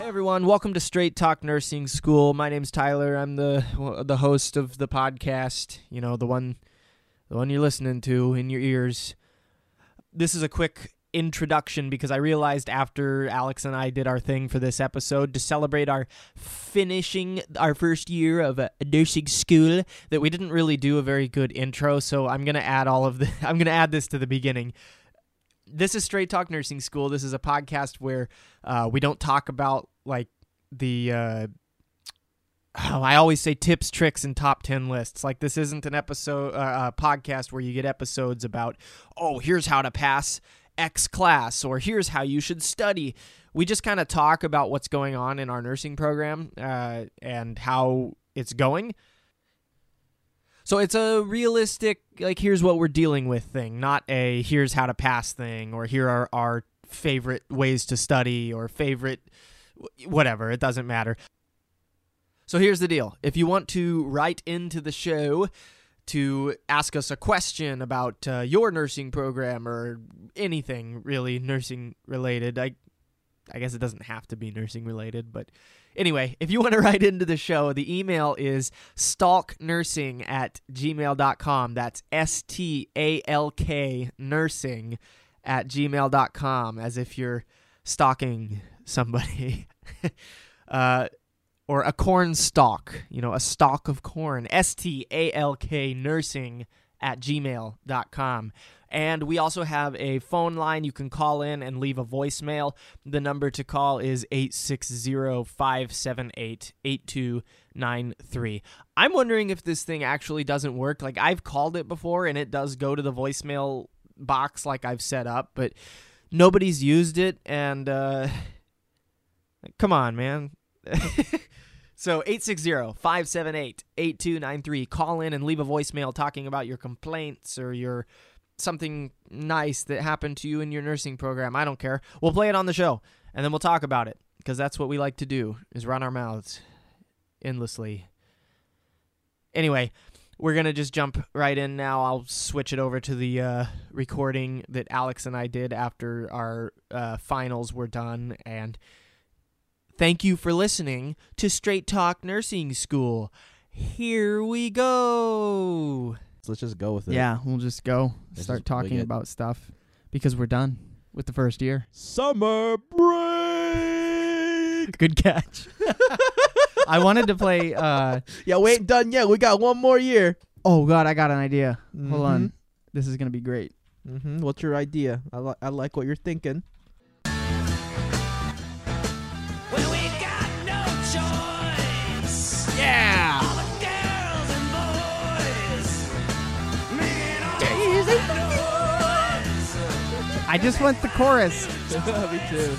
everyone. Welcome to Straight Talk Nursing School. My name's Tyler. I'm the the host of the podcast. You know, the one the one you're listening to in your ears. This is a quick introduction because I realized after Alex and I did our thing for this episode to celebrate our finishing our first year of uh, nursing school that we didn't really do a very good intro. So I'm gonna add all of the I'm gonna add this to the beginning. This is Straight Talk Nursing School. This is a podcast where uh, we don't talk about like the. Uh, oh, I always say tips, tricks, and top 10 lists. Like, this isn't an episode, uh, a podcast where you get episodes about, oh, here's how to pass X class or here's how you should study. We just kind of talk about what's going on in our nursing program uh, and how it's going. So it's a realistic, like, here's what we're dealing with thing, not a here's how to pass thing or here are our favorite ways to study or favorite whatever. It doesn't matter. So here's the deal if you want to write into the show, to ask us a question about uh, your nursing program or anything really nursing related. I I guess it doesn't have to be nursing related, but anyway, if you want to write into the show, the email is stalknursing at gmail.com. That's S T A L K nursing at gmail.com, as if you're stalking somebody. uh, or a corn stalk, you know, a stalk of corn, S T A L K nursing at gmail.com. And we also have a phone line you can call in and leave a voicemail. The number to call is 860 578 8293. I'm wondering if this thing actually doesn't work. Like, I've called it before and it does go to the voicemail box like I've set up, but nobody's used it. And, uh, come on, man. So 860-578-8293. Call in and leave a voicemail talking about your complaints or your something nice that happened to you in your nursing program. I don't care. We'll play it on the show and then we'll talk about it because that's what we like to do is run our mouths endlessly. Anyway, we're going to just jump right in now. I'll switch it over to the uh, recording that Alex and I did after our uh, finals were done and Thank you for listening to Straight Talk Nursing School. Here we go. So let's just go with it. Yeah, we'll just go This is start talking wicked. about stuff because we're done with the first year. Summer break. Good catch. I wanted to play. Uh, Yeah, we ain't done yet. We got one more year. oh God, I got an idea. Hold on, this is gonna be great. Mm-hmm. What's your idea? I, li- I like what you're thinking. When we got no choice, Yeah. all the girls and boys, me and all I just want the chorus. Me too.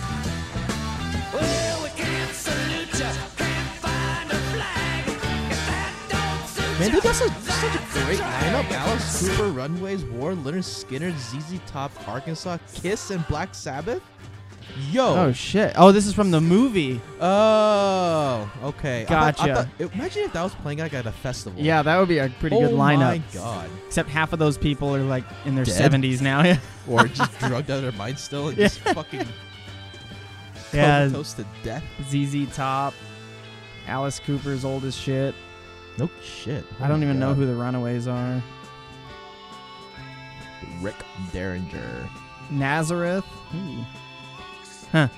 Well, we can't salute ya, can't find a flag. If that don't suit Man, ya, dude, that's a, such a that's great drag. lineup. Alice Cooper, Runways, War, Leonard Skinner, ZZ Top, Arkansas, Kiss, and Black Sabbath. Oh Yo. shit. Oh, this is from the movie. Oh. okay. I thought- I Gotcha. thought- imagine if that was playing like at a festival. Yeah, that would be a pretty good oh lineup. my god. Except half of those people are like in their Dead. 70s now. Yeah. or just drugged out of their mind still and Yeah. just fucking Yeah. toast to death. ZZ Top, Alice Cooper's old as shit. No shit. I don't even know who the Runaways are. who Rick Derringer. Nazareth. Hmm. Ooh. Huh.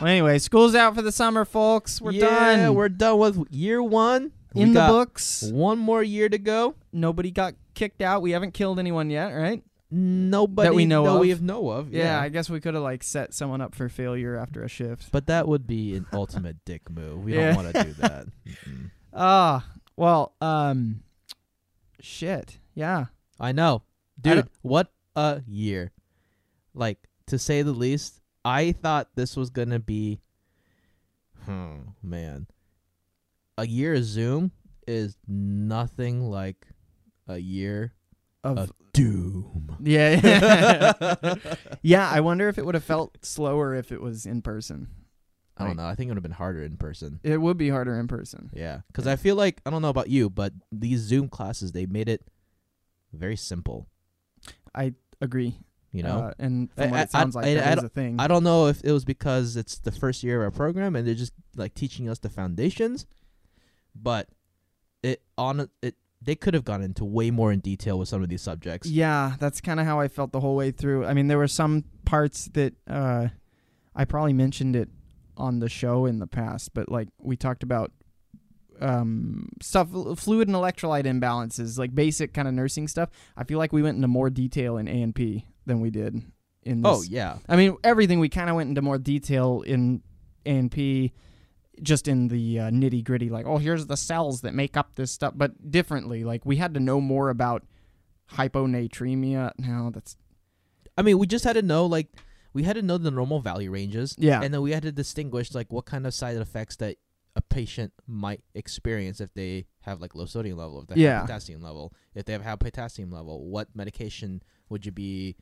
Well, anyway, school's out for the summer, folks. We're done. We're done with year one. We in the got books. One more year to go. Nobody got kicked out. We haven't killed anyone yet, right? Nobody we know that we of. have know of. Yeah, Yeah. I guess we could have like set someone up for failure after a shift. but that would be an ultimate dick move. We Yeah. don't want to do that. Mm-mm. Ah, well, um, shit. Yeah. I know, I dude. don't- what a year! Like to say the least. I thought this was gonna be, hmm, man. A year of Zoom is nothing like a year Of of doom. yeah. I yeah, I wonder if it would have felt slower if it was in person. don't know. I think it would have been harder in person. It would be harder in person. Yeah, because I feel like I don't know about you, but these Zoom classes they made it very simple. Agree. You know, uh, and I- from what I- it sounds I- like, I- that is I a thing. I don't know if it was because it's the first year of our program and they're just like teaching us the foundations, but it on it they could have gone into way more in detail with some of these subjects. Yeah, that's kind of how I felt the whole way through. I mean, there were some parts that uh, I probably mentioned it on the show in the past, but like we talked about um, stuff, fluid and electrolyte imbalances, like basic kind of nursing stuff. I feel like we went into more detail in A and P than we did in this. Oh yeah, I mean, everything we kind of went into more detail in A and P, just in the uh, nitty gritty. Like, oh, here's the cells that make up this stuff, but differently. Like, we had to know more about hyponatremia. No, that's I mean we just had to know like we had to know the normal value ranges. Yeah. and then we had to distinguish like what kind of side effects that a patient might experience if they have like low sodium level, if they Yeah. have potassium level, if they have high potassium level. What medication would you be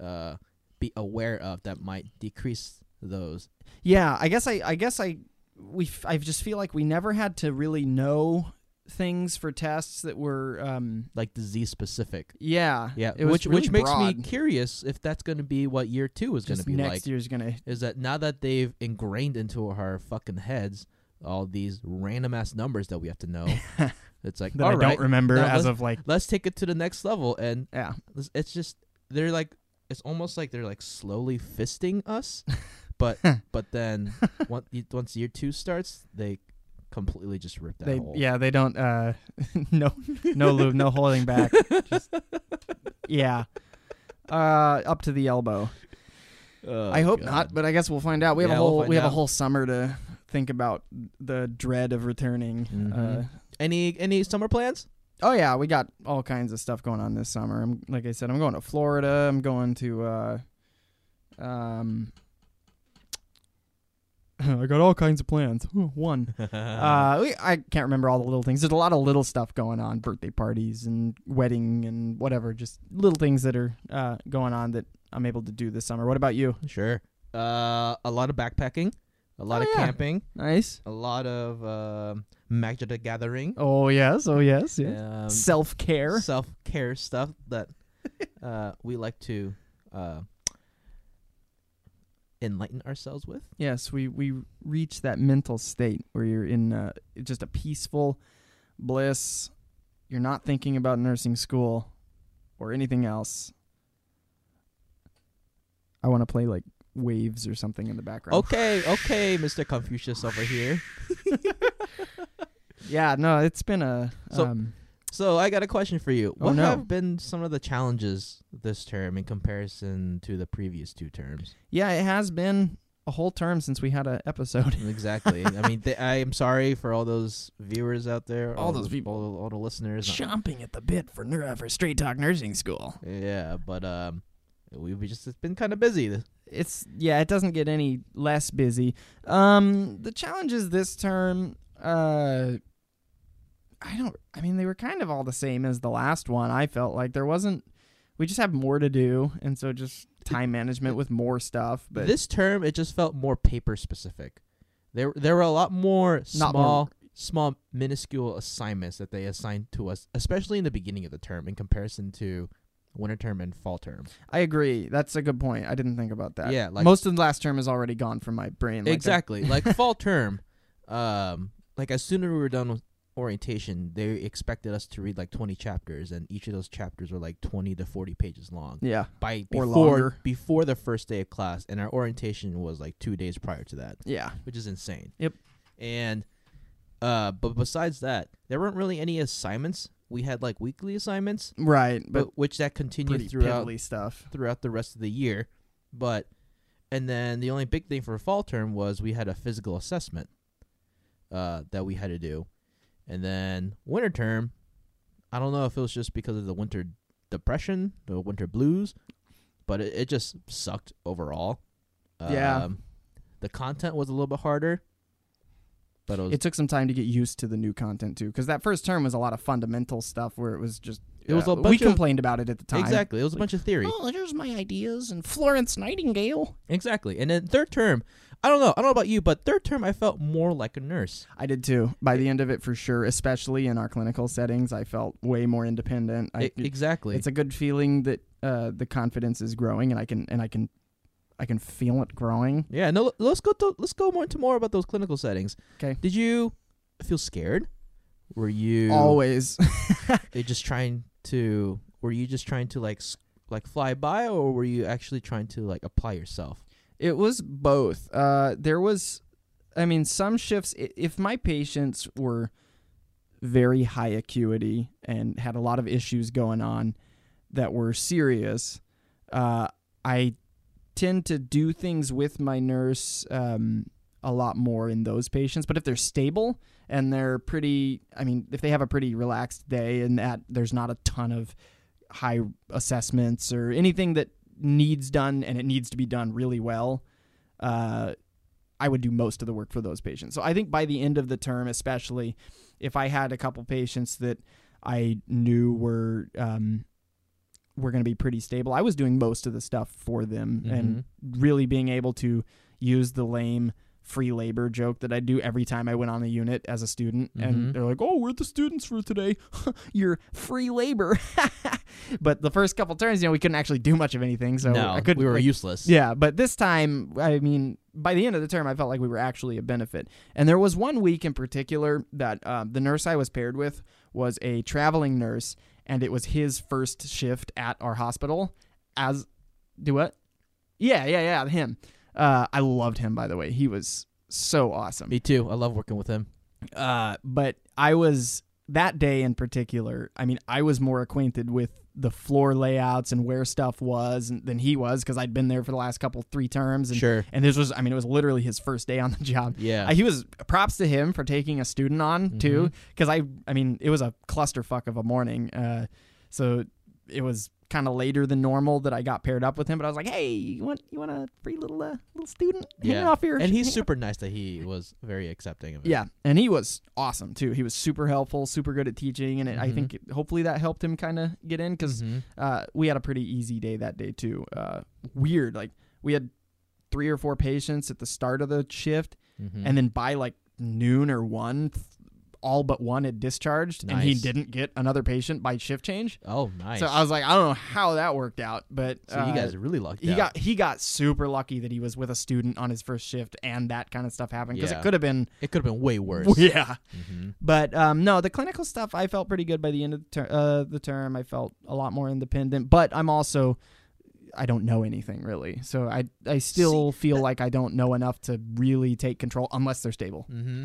uh, be aware of that might decrease those? yeah. I guess I I guess I we f- I just feel like we never had to really know things for tests that were um like disease specific. yeah Yeah, it was which which really makes me broad. curious if that's going to be what year two is going to just be next like. year's gonna Is that now that they've ingrained into our fucking heads all these random ass numbers that we have to know? it's like that all I right, don't remember now as let's- of like Let's take it to the next level, and yeah it's- it's just they're like it's almost like they're like slowly fisting us, but but then once once year two starts, they completely just rip that they whole yeah they don't uh no no lube no holding back just yeah uh up to the elbow Oh, i hope God. not but i guess we'll find out we have Yeah, a we'll whole find we have out. a whole summer to think about the dread of returning uh, Mhm. Any any summer plans? oh yeah we got all kinds of stuff going on this summer i'm like i said i'm going to florida i'm going to uh um I got all kinds of plans. One. Uh, we, I can't remember all the little things. There's a lot of little stuff going on, birthday parties and wedding and whatever, just little things that are uh, going on that I'm able to do this summer. What about you? Sure. Uh, a lot of backpacking, a lot Oh, of yeah. camping, Nice. a lot of um Magic the Gathering, Oh yes, oh yes, yes. um, Self care. self care stuff that uh, we like to uh, enlighten ourselves with. Yes, we we reach that mental state where you're in uh, just a peaceful bliss. You're not thinking about nursing school or anything else. I want to play like waves or something in the background. Okay, okay, Mr. Confucius over here. Yeah, no, it's been a So- um, So I got a question for you. Oh, what no. have been some of the challenges this term in comparison to the previous two terms? yeah, it has been a whole term since we had an episode. Exactly. I mean, th- I am sorry for all those viewers out there, All those the- people. all, all the listeners. Chomping at the bit for ner- for Straight Talk Nursing School. Yeah, but um, we've just it's been kind of busy. th- It's yeah, it doesn't get any less busy. Um, the challenges this term, uh, I don't. I mean, they were kind of all the same as the last one. I felt like there wasn't. We just have more to do, and so just time management with more stuff. But this term, it just felt more paper specific. There, there were a lot more Not small, more- small, minuscule assignments that they assigned to us, especially in the beginning of the term, in comparison to winter term and fall term. I agree. That's a good point. I didn't think about that. Yeah, like- most of the last term is already gone from my brain. Like, I- exactly, like fall term. Um, like as soon as we were done with orientation, they expected us to read like twenty chapters, and each of those chapters were like twenty to forty pages long. Yeah. by before Or longer. before the first day of class, and our orientation was like two days prior to that, Yeah. which is insane. Yep. And uh, but besides that, there weren't really any assignments. We had like weekly assignments, Right. but, But, which that continued pretty throughout piddly stuff. throughout the rest of the year. But and then the only big thing for fall term was we had a physical assessment uh, that we had to do, and then winter term. I don't know if it was just because of the winter depression, the winter blues, but it, it just sucked overall. Yeah. Um, the content was a little bit harder, but it was It took some time to get used to the new content too, because that first term was a lot of fundamental stuff where it was just. It was uh, a we bunch of- complained about it at the time. exactly it was a bunch of theory. Oh, here's my ideas and Florence Nightingale. Exactly, and then third term, I don't know, I don't know about you, but third term I felt more like a nurse. I did too. By the end of it, for sure, especially in our clinical settings, I felt way more independent. I, E- exactly, It's a good feeling that uh, the confidence is growing, and I can and I can, I can feel it growing. Yeah, no. l- Let's go. To, let's go more into more about those clinical settings. 'Kay. Did you feel scared? Were you Always, They just trying to? Were you just trying to like s- like fly by, or were you actually trying to like apply yourself? It was both. Uh, there was, I mean, some shifts. i- If my patients were very high acuity and had a lot of issues going on that were serious, uh, I tend to do things with my nurse um, a lot more in those patients. But if they're stable and they're pretty, I mean, if they have a pretty relaxed day and that there's not a ton of high assessments or anything that needs done and it needs to be done really well, uh, I would do most of the work for those patients. So I think by the end of the term, especially if I had a couple patients that I knew were um, were going to be pretty stable, I was doing most of the stuff for them and really being able to use the lame free labor joke that I do every time I went on the unit as a student Mhm. and they're like, "Oh, we're the students for today. You're free labor." but the first couple turns, you know, we couldn't actually do much of anything, so no, I couldn't we were like, useless. yeah, but this time, I mean, by the end of the term, I felt like we were actually a benefit. And there was one week in particular that uh, the nurse I was paired with was a traveling nurse, and it was his first shift at our hospital. As do what? Yeah, yeah, yeah. Him. Uh, I loved him, by the way. He was so awesome Me too. I love working with him. uh, but I was that day in particular. I mean, I was more acquainted with the floor layouts and where stuff was and- than he was because I'd been there for the last couple three terms. And, Sure. And this was, I mean, it was literally his first day on the job. Yeah. Mm-hmm. Uh, he was props to him for taking a student on too, because I, I mean, it was a clusterfuck of a morning. Uh, so it was kind of later than normal that I got paired up with him. But I was like, hey, you want you want a free little uh, little student hanging yeah. off here? and he's super nice that he was very accepting of it. Yeah, and he was awesome too. He was super helpful, super good at teaching, and it, I Mhm. think it- hopefully that helped him kind of get in because Mhm. uh, we had a pretty easy day that day too. Uh, weird, like we had three or four patients at the start of the shift, Mhm. and then by like noon or one, th- all but one had discharged, and he Nice. didn't get another patient by shift change. oh, nice. So I was like, I don't know how that worked out, but So you uh, guys are really lucky. he got he got super lucky that he was with a student on his first shift, and that kind of stuff happened because Yeah. it could have been It could have been way worse. yeah. hmm But um, no, the clinical stuff I felt pretty good by the end of the, ter- uh, the term. I felt a lot more independent, but I'm also I don't know anything really, so I I still feel like I don't know enough to really take control unless they're stable. hmm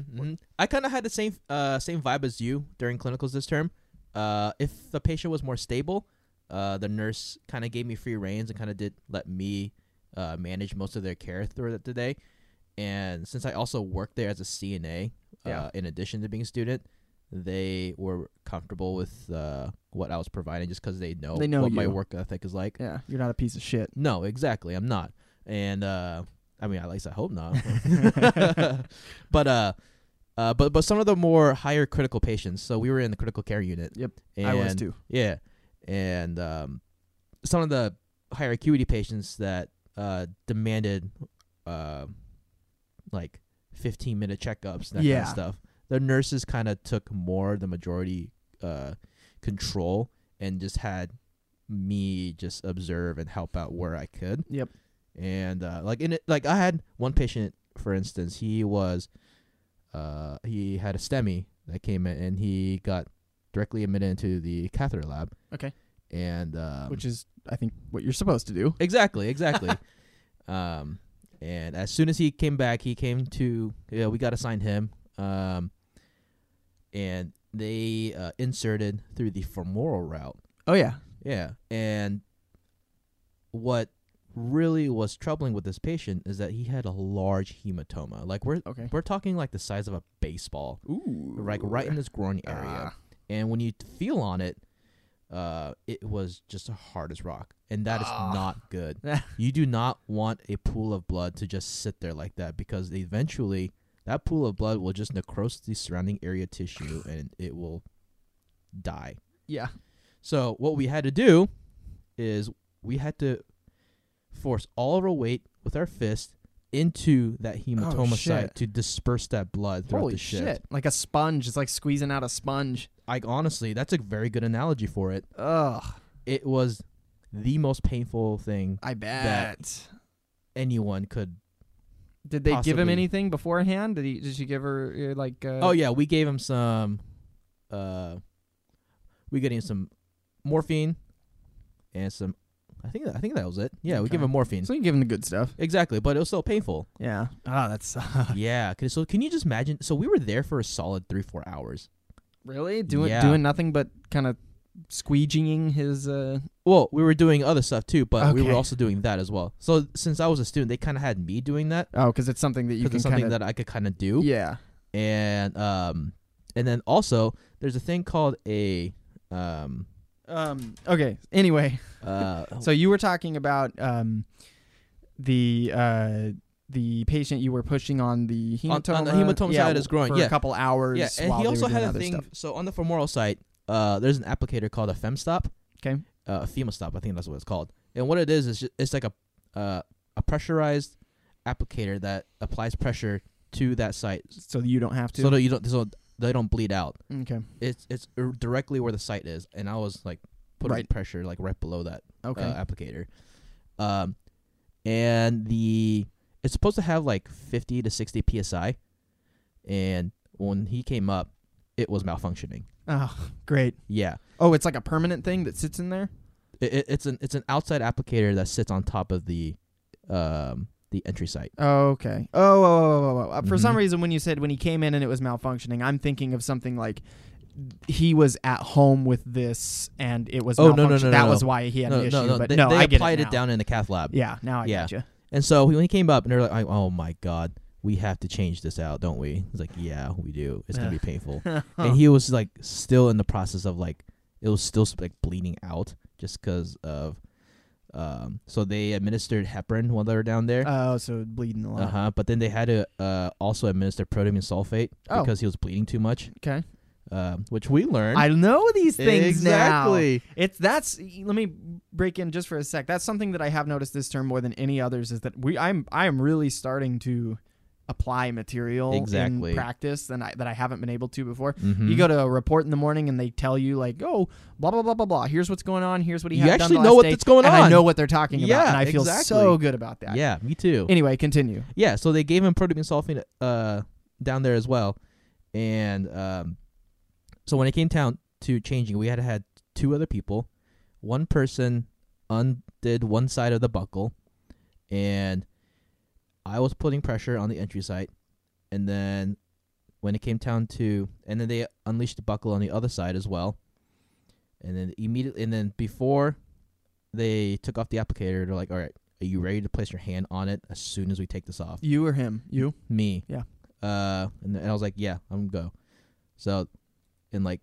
I kind of had the same uh, same vibe as you during clinicals this term. Uh, if the patient was more stable, uh, the nurse kind of gave me free reins and kind of did let me uh, manage most of their care throughout the day. And since I also worked there as a CNA, uh, Yeah. in addition to being a student, they were comfortable with uh, what I was providing just because they know, They know what my you. work ethic is like. Yeah, you're not a piece of shit. No, exactly. I'm not. And uh I mean, at least I hope not. but uh, uh, but but some of the more higher critical patients. So we were in the critical care unit. Yep, and, I was too. Yeah, and um, some of the higher acuity patients that uh demanded uh, like 15 minute checkups that kind Yeah. of stuff. The nurses kind of took more the majority uh control and just had me just observe and help out where I could. Yep. And uh, like in it, like I had one patient, for instance, he was, uh, he had a STEMI that came in and he got directly admitted into the catheter lab. Okay. And um, Which is, I think, what you're supposed to do. Exactly, exactly. um, and as soon as he came back, he came to. Yeah, we got assigned him. Um, and they uh, inserted through the femoral route. Oh yeah, Yeah, and what really was troubling with this patient is that he had a large hematoma. Like we're okay. we're talking like the size of a baseball, Ooh, like right in his groin area Ah. and when you t- feel on it, uh, it was just hard as rock, and that is Ah. not good. you do not want a pool of blood to just sit there like that because eventually that pool of blood will just necrose the surrounding area tissue and it will die. yeah, So what we had to do is we had to force all of our weight with our fist into that hematoma Oh, shit. site to disperse that blood throughout holy the shift. shit! Like a sponge. It's like squeezing out a sponge. I honestly, that's a very good analogy for it Ugh. it was the most painful thing I bet. anyone could. Did they give him possibly- anything beforehand? Did he? Did she give her uh, like? Uh, oh yeah, we gave him some. Uh, we got him some morphine and some. I think I think that was it. Yeah, we give Okay. him morphine. So you give him the good stuff. exactly, but it was still painful. Yeah. Ah, that's yeah. 'cause- So can you just imagine? So we were there for a solid three, four hours. really doing Yeah. doing nothing but kind of squeegeeing his. Uh, Well, we were doing other stuff too, but we were Okay. also doing that as well. So since I was a student, they kind of had me doing that oh, because it's something that you because can it's something kind of. that I could kind of do. Yeah. And um, and then also there's a thing called a um Um. Okay. Anyway. uh So you were talking about um, the uh, the patient you were pushing on the On- hematoma. on the hematoma yeah, side is growing, for yeah. a couple hours. yeah, and while he they also were doing had a other thing. Stuff. So on the femoral site, uh, there's an applicator called a femstop, Okay. uh, a femostop. I think that's what it's called. And what it is is ju- it's like a uh, a pressurized applicator that applies pressure to that site, So you don't have to. so that you don't so they don't bleed out. okay. It's it's ir- directly where the site is, and I was like putting Right. pressure like right below that Okay. uh, applicator. Um, and the it's supposed to have like 50 to 60 psi, and when he came up, it was malfunctioning. oh, great. Yeah, Oh, it's like a permanent thing that sits in there. it, it, it's an it's an outside applicator that sits on top of the um the entry site. Oh, okay. Oh, oh, oh, oh, oh, oh. Uh, for some Mhm. reason, when you said when he came in and it was malfunctioning, I'm thinking of something like he was at home with this and it was Oh, no, no, malfunctioning. no, no, that no. was why he had an no, issue. no, no, but they, no, they I get applied it, it, now. down in the cath lab. Yeah, now I Yeah. gotcha. And so when he came up, and they're like, "Oh my god, we have to change this out, don't we?" He's like, "Yeah, we do. It's gonna be Yeah. painful." Huh. And he was like, still in the process of like, it was still like bleeding out just because of, um. So they administered heparin while they were down there. Oh, so bleeding a lot. Uh huh. But then they had to uh also administer protium sulfate Oh. because he was bleeding too much. Okay. Um, which we learned. I know these things now. exactly. It's that's let me break in just for a sec. That's something that I have noticed this term more than any others is that we I'm I am really starting to apply material Exactly. in practice than I that I haven't been able to before. Mhm. You go to a report in the morning and they tell you like, oh, blah blah blah blah blah. Here's what's going on. Here's what he You had actually done know last what day, that's going and I on. know what they're talking about, Yeah, and I feel so exactly. good about that. Yeah, me too. Anyway, continue. yeah, so they gave him protium sulfate uh, down there as well, and um, so when it came down to changing, we had had two other people. One person undid one side of the buckle, and I was putting pressure on the entry site, and then when it came down to, and then they unleashed the buckle on the other side as well, and then immediately, and then before they took off the applicator, they're like, "All right, are you ready to place your hand on it as soon as we take this off?" You or him? You? me. Yeah. Uh, and, and I was like, yeah, I'm gonna go. So, and like,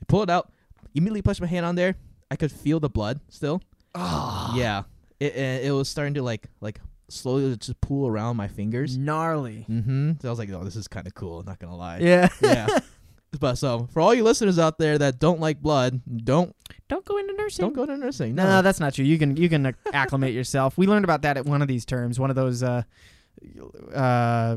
I pull it out. Immediately pushed my hand on there. I could feel the blood still. Ah, Yeah. It and it was starting to like like slowly just pool around my fingers. Mm. gnarly. Mm-hmm. So I was like, oh, this is kind of cool. Not gonna lie. Yeah. yeah. But so for all you listeners out there that don't like blood, don't Don't go into nursing. don't go to nursing. No, that's not true. You can you can acclimate yourself. We learned about that at one of these terms, one of those uh, uh,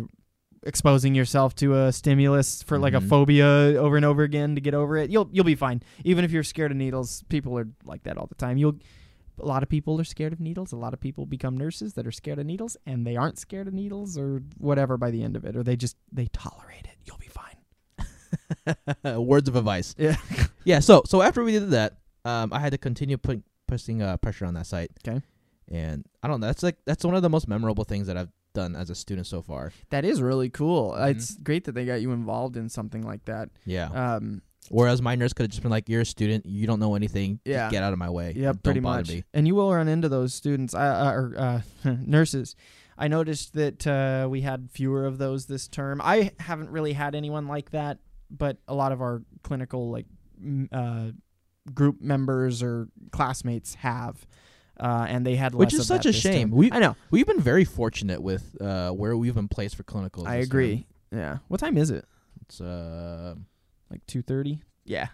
exposing yourself to a stimulus for like a Mhm. phobia over and over again to get over it. You'll you'll be fine. Even if you're scared of needles, people are like that all the time. You'll a lot of people are scared of needles. A lot of people become nurses that are scared of needles and they aren't scared of needles or whatever by the end of it or they just they tolerate it. You'll be fine. Uh, Words of advice. Yeah. Yeah, so so after we did that, um, I had to continue putting pushing uh, pressure on that site. 'Kay. And I don't know. That's like that's one of the most memorable things that I've done as a student so far. That is really cool. It's great that they got you involved in something like that. Yeah. Um Whereas my nurse could have just been like, "You're a student. You don't know anything. Just Yeah. get out of my way. Yeah, Don't pretty bother much. me." And you will run into those students uh, uh, or uh, nurses. I noticed that uh, we had fewer of those this term. I haven't really had anyone like that, but a lot of our clinical like m- uh, group members or classmates have, uh, and they had less Which is of such that a this shame. term. We- I know. We've been very fortunate with uh, where we've been placed for clinicals. I this agree. term. Yeah. What time is it? It's uh, Like two thirty. Yeah.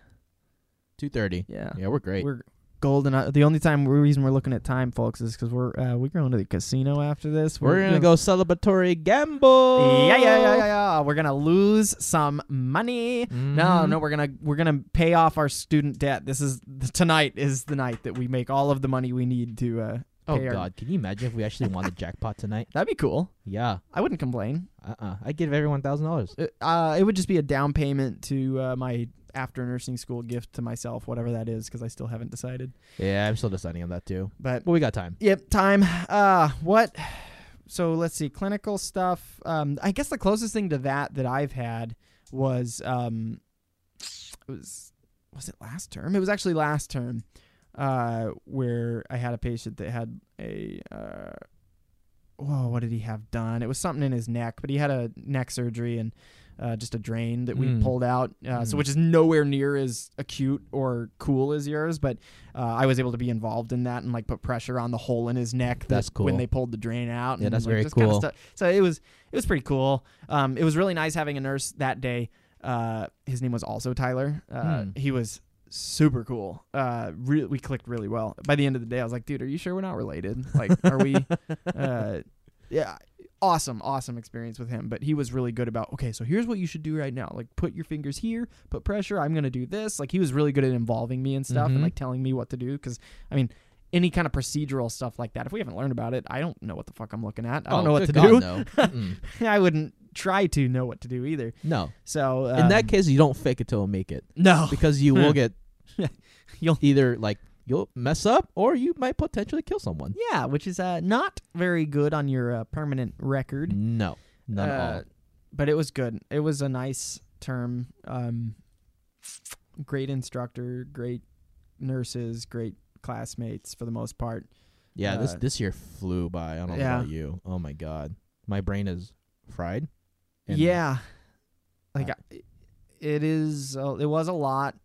two thirty. Yeah. Yeah, we're great. We're golden. uh, The only time reason we're looking at time, folks, is because we're uh, we're going to the casino after this. We're gonna go celebratory gamble. Yeah, yeah, Oh. yeah, yeah, yeah. We're gonna lose some money. Mm-hmm. No, no, we're gonna we're gonna pay off our student debt. This is tonight is the night that we make all of the money we need to. Uh, Oh pay our- God, can you imagine if we actually won the jackpot tonight? that'd be cool. Yeah. I wouldn't complain. Uh uh I'd give everyone thousand dollars. It, uh, it would just be a down payment to uh, my after nursing school gift to myself, whatever that is, because I still haven't decided. Yeah, I'm still deciding on that too. But But we got time. Yep, time. Uh, what? So let's see, clinical stuff. Um, I guess the closest thing to that that I've had was um, it was was it last term? It was actually last term, uh, where I had a patient that had a uh, whoa, what did he have done? It was something in his neck, but he had a neck surgery and. Uh, just a drain that we Mm. pulled out, uh, so Mm. which is nowhere near as acute or cool as yours, but uh, I was able to be involved in that and like put pressure on the hole in his neck. that That's cool. When they pulled the drain out. Yeah, and, that's like, very this kinda cool. stuff. So it was it was pretty cool. Um, it was really nice having a nurse that day. Uh, his name was also Tyler. Uh, Hmm. He was super cool. Uh, re- we clicked really well. By the end of the day, I was like, dude, are you sure we're not related? Like, are we? uh, yeah. Awesome, awesome experience with him. But he was really good about, okay, so here's what you should do right now. Like, put your fingers here, put pressure. I'm going to do this. Like, he was really good at involving me and stuff and Mhm. like telling me what to do. Cause, I mean, any kind of procedural stuff like that, if we haven't learned about it, I don't know what the fuck I'm looking at. I don't Oh, know what good to God, do. No. Mm-mm. I wouldn't try to know what to do either. No. So, um, In that case, you don't fake it till you make it, no. because you will get You'll- either like you'll mess up or you might potentially kill someone. Yeah, which is uh, not very good on your uh, permanent record. No, not at Uh, all. But it was good. It was a nice term. Um, great instructor, great nurses, great classmates for the most part. Yeah, this uh, this year flew by. I don't know yeah. about you. Oh my God, my brain is fried. and yeah, like I, it is. Uh, it was a lot,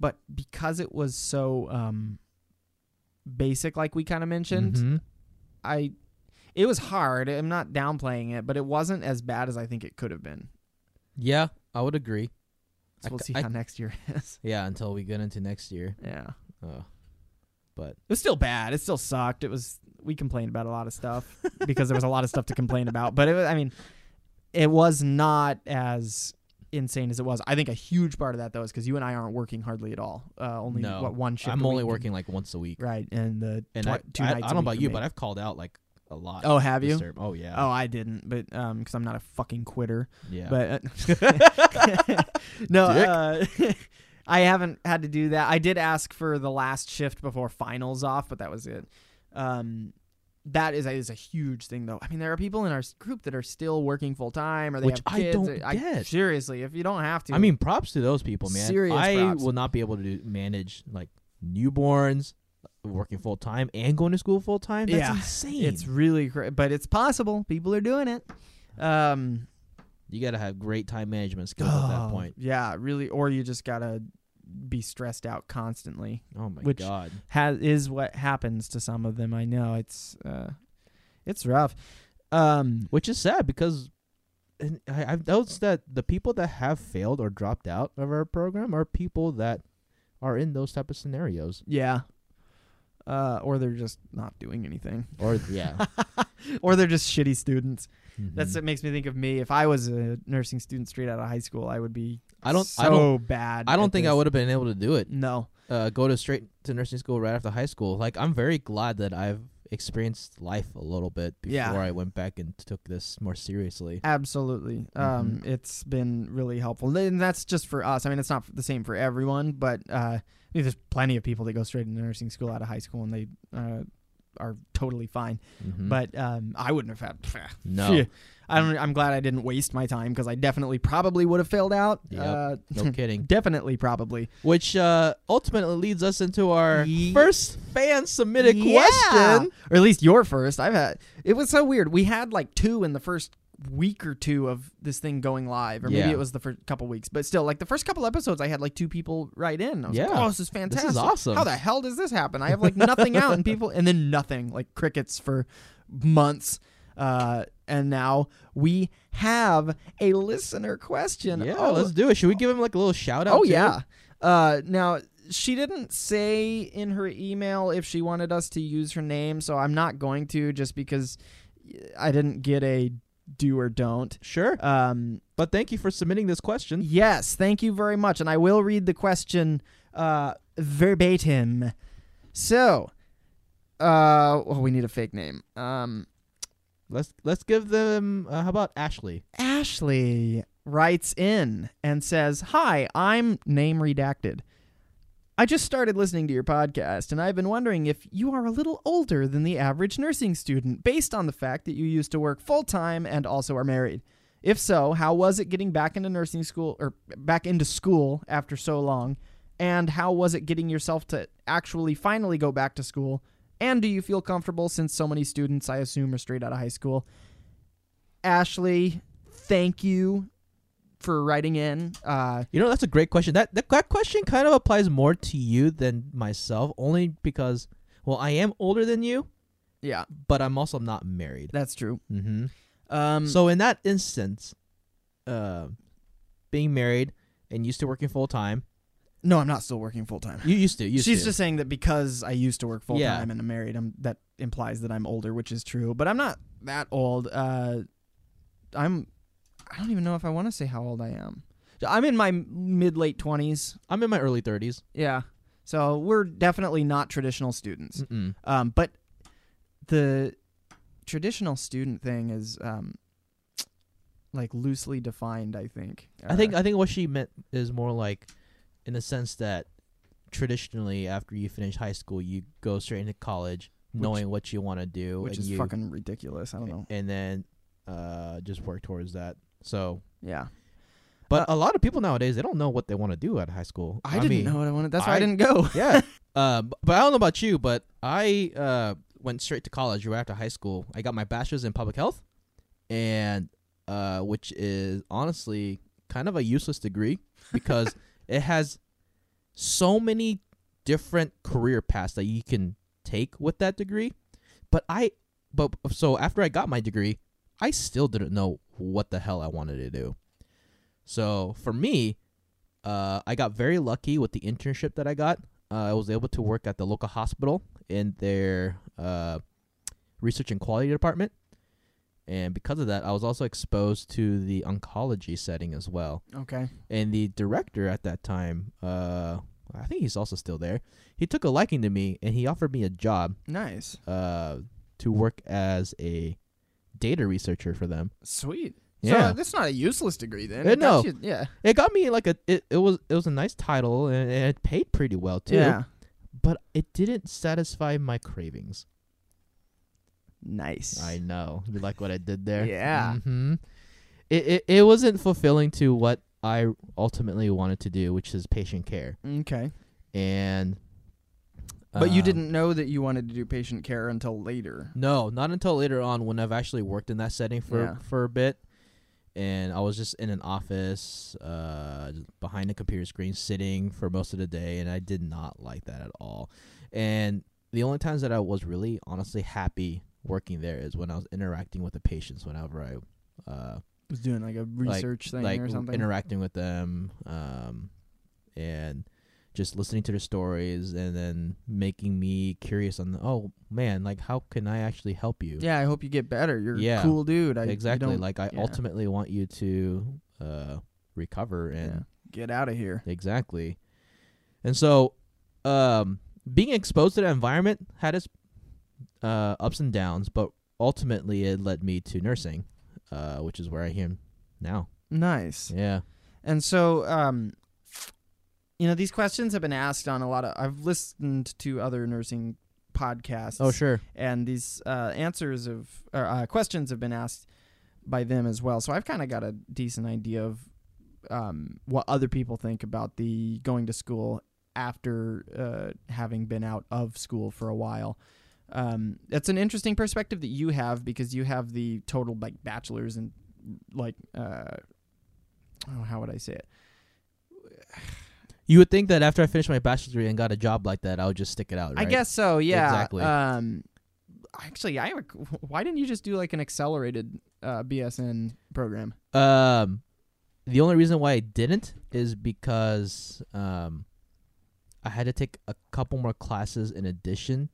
but because it was so um, basic, like we kind of mentioned, Mhm. I it was hard. I'm not downplaying it, but it wasn't as bad as I think it could have been. Yeah, I would agree. So I we'll c- see I- how next year is. Yeah, until we get into next year. Uh, Yeah. It Ugh. But was still bad. It still sucked. It was we complained about a lot of stuff because there was a lot of stuff to complain about, but it was, I mean it was not as insane as it was. I think a huge part of that though is cuz you and I aren't working hardly at all. Uh, only No. what one shift I'm a only week. working like once a week, right and the and twi- I, two I, I nights don't know about you, but I've called out like a lot. Oh, have you? this term. Oh yeah. Oh, I didn't, but um cuz I'm not a fucking quitter. yeah. But uh, no, uh, I haven't had to do that. I did ask for the last shift before finals off, but that was it. Um, that is is a huge thing, though. I mean, there are people in our s- group that are still working full time, or they Which have I kids. don't or- get. seriously, if you don't have to, I mean, props to those people, man. Serious I props. will not be able to do, manage like newborns, working full time, and going to school full time. That's Yeah, insane. it's really, cra- but it's possible. People are doing it. Um, you gotta have great time management skills at oh, that point. yeah, really, or you just gotta be stressed out constantly. Oh my Which- god. has is what happens to some of them. I know it's uh, it's rough. Um, Which is sad because, and I, I've noticed that the people that have failed or dropped out of our program are people that are in those type of scenarios. yeah. Uh, or they're just not doing anything, Or yeah, or they're just shitty students. That's Mhm. what makes me think of me. If I was a nursing student straight out of high school, I would be. I don't. So I don't. bad. I don't at think I this. would have been able to do it. No. uh, go to straight to nursing school right after high school. Like I'm very glad that I've experienced life a little bit before Yeah. I went back and took this more seriously. Absolutely. Um, Mm-hmm. it's been really helpful, and that's just for us. I mean, it's not the same for everyone, but uh, I mean, there's plenty of people that go straight into nursing school out of high school and they uh, are totally fine. Mhm. But um, I wouldn't have had. no, Phew. I don't. I'm glad I didn't waste my time because I definitely probably would have failed out. Yep. Uh, no kidding. definitely, probably. Which uh, ultimately leads us into our Ye- first fan submitted Yeah! question. or at least your first. I've had. It was so weird. We had like two in the first week or two of this thing going live, or Yeah. maybe it was the first couple weeks. But still, like the first couple episodes, I had like two people write in. I was like, Yeah. "Oh, this is fantastic! awesome." How the hell does this happen? I have like nothing out, and people, and then nothing, like crickets for months. Uh, and now we have a listener question. Yeah, Oh, let's do it. Should we give him like a little shout out? Oh too? yeah. Uh, now she didn't say in her email if she wanted us to use her name, so I'm not going to just because I didn't get a do or don't. Sure. Um, But thank you for submitting this question. Yes, thank you very much. And I will read the question uh, verbatim. So, uh, well, we need a fake name. Um, Let's let's give them. Uh, how about Ashley? Ashley writes in and says, Hi, I'm name redacted. I just started listening to your podcast, and I've been wondering if you are a little older than the average nursing student based on the fact that you used to work full time and also are married. If so, how was it getting back into nursing school or back into school after so long? And how was it getting yourself to actually finally go back to school? And do you feel comfortable since so many students, I assume, are straight out of high school? Ashley, thank you for writing in. Uh, You know that's a great question. That that, that question kind of applies more to you than myself, only because well I am older than you, yeah, but I'm also not married. that's true. Mm-hmm. Um, So in that instance, uh, being married and used to working full time, no, I'm not still working full time. you used to. Used She's to. just saying that because I used to work full Yeah. time and I'm married, I'm, that implies that I'm older, which is true. But I'm not that old. Uh, I'm. I don't even know if I want to say how old I am. I'm in my mid late twenties. I'm in my early 30s. Yeah, so we're definitely not traditional students. Mm-mm. Um, but the traditional student thing is um, like loosely defined. I think. I think Uh, I think what she meant is more like, in the sense that traditionally after you finish high school, you go straight into college, Which- knowing what you want to do, which and is uh, you- fucking ridiculous. I don't know. and then uh, just work towards that. So, Yeah, but a lot of people nowadays they don't know what they want to do at high school. I, didn't mean, know what I wanted. That's why I, I- didn't go. yeah. Uh, b- but I don't know about you, but I uh, went straight to college right after high school. I got my bachelor's in public health, and uh, which is honestly kind of a useless degree because it has so many different career paths that you can take with that degree. But I, but so after I got my degree, I still didn't know what the hell I wanted to do. So for me, uh, I got very lucky with the internship that I got. Uh, I was able to work at the local hospital in their uh, research and quality department. And because of that, I was also exposed to the oncology setting as well Okay. and the director at that time, uh, I think he's also still there. He took a liking to me and he offered me a job Nice. uh, to work as a data researcher for them. Sweet. Yeah, So that's not a useless degree then. Uh, It got no. you- yeah. it got me like a it, it was it was a nice title and it paid pretty well too. Yeah. but it didn't satisfy my cravings. Nice. I know you like what I did there. Yeah. hmm It, it it wasn't fulfilling to what I ultimately wanted to do, which is patient care okay. and. But you um, didn't know that you wanted to do patient care until later. No, not until later on when I've actually worked in that setting for Yeah. for a bit, and I was just in an office uh, just behind a computer screen, sitting for most of the day, and I did not like that at all. And the only times that I was really honestly happy working there is when I was interacting with the patients. Whenever I uh, Was doing like a research thing like or something. interacting with them um and just listening to their stories and then making me curious on oh man like how can i actually help you yeah, I hope you get better. You're a Yeah. cool dude. I, you exactly don't- like i yeah. ultimately want you to uh recover and get out of here. exactly and so um being exposed to that environment had its uh ups and downs but ultimately it led me to nursing uh which is where i am now Nice. yeah And so, um, you know, these questions have been asked on a lot of. I've listened to other nursing podcasts. oh sure And these uh, answers of or, uh, questions have been asked by them as well. So I've kind of got a decent idea of um, what other people think about the going to school after uh, having been out of school for a while. Um, it's an interesting perspective that you have because you have the total like bachelor's and like uh, oh, how would I say it? You would think that after I finished my bachelor's degree and got a job like that, I would just stick it out, right? I guess so. Yeah. Exactly. Um, actually, I rec- why didn't you just do like an accelerated uh, BSN program? Um, the only reason why I didn't is because um, I had to take a couple more classes in addition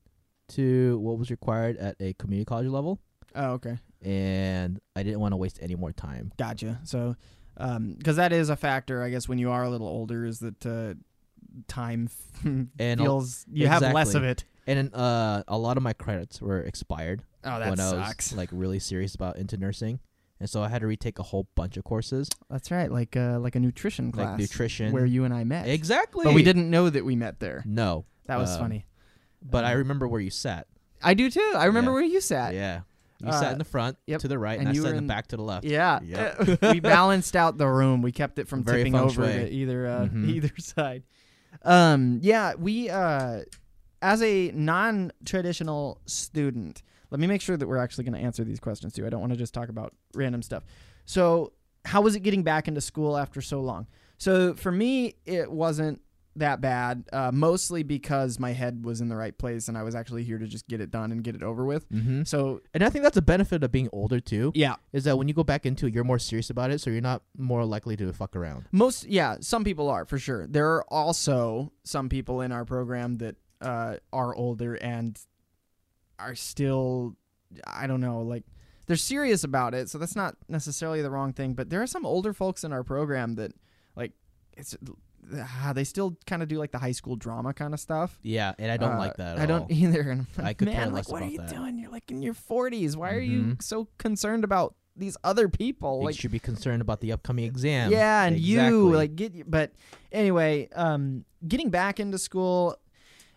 to what was required at a community college level, Oh, okay. and I didn't want to waste any more time. Gotcha. So, because that is a factor, I guess, when you are a little older, is that uh, time And a- feels you have less of Exactly. it. and uh, a lot of my credits were expired Oh, when that I was sucks. like really serious about into nursing, and so I had to retake a whole bunch of courses That's right. Like uh, like a nutrition class, like nutrition. where you and I met. exactly, But we didn't know that we met there. No, That was Um, funny. but I Um, remember where you sat. I do too. I remember yeah. where you sat. yeah, you uh, sat in the front yep, to the right, and, and I you sat were in the in- back to the left. Yeah, Yep. we balanced out the room. We kept it from Very tipping feng over shui. to either uh, Mhm. either side. Um, yeah, we uh, as a non-traditional student, let me make sure that we're actually going to answer these questions too. I don't want to just talk about random stuff. So, how was it getting back into school after so long? So for me, it wasn't that bad, uh, mostly because my head was in the right place and I was actually here to just get it done and get it over with. Mm-hmm. So And I think that's a benefit of being older too, yeah, is that when you go back into it, you're more serious about it, so you're not more likely to fuck around. Most, yeah, some people are for sure. There are also some people in our program that uh, are older and are still, I don't know, like they're serious about it. So that's not necessarily the wrong thing. But there are some older folks in our program that, like, it's ah, they still kind of do like the high school drama kind of stuff. Yeah, and I don't Uh, like that. At I don't all. either. And I'm I like, could care man, like, less what are about you that." doing? You're like in your 40s. Why are you Mhm. so concerned about these other people? you Like, should be concerned about the upcoming exam. yeah, and you Exactly. like get y- but anyway, um getting back into school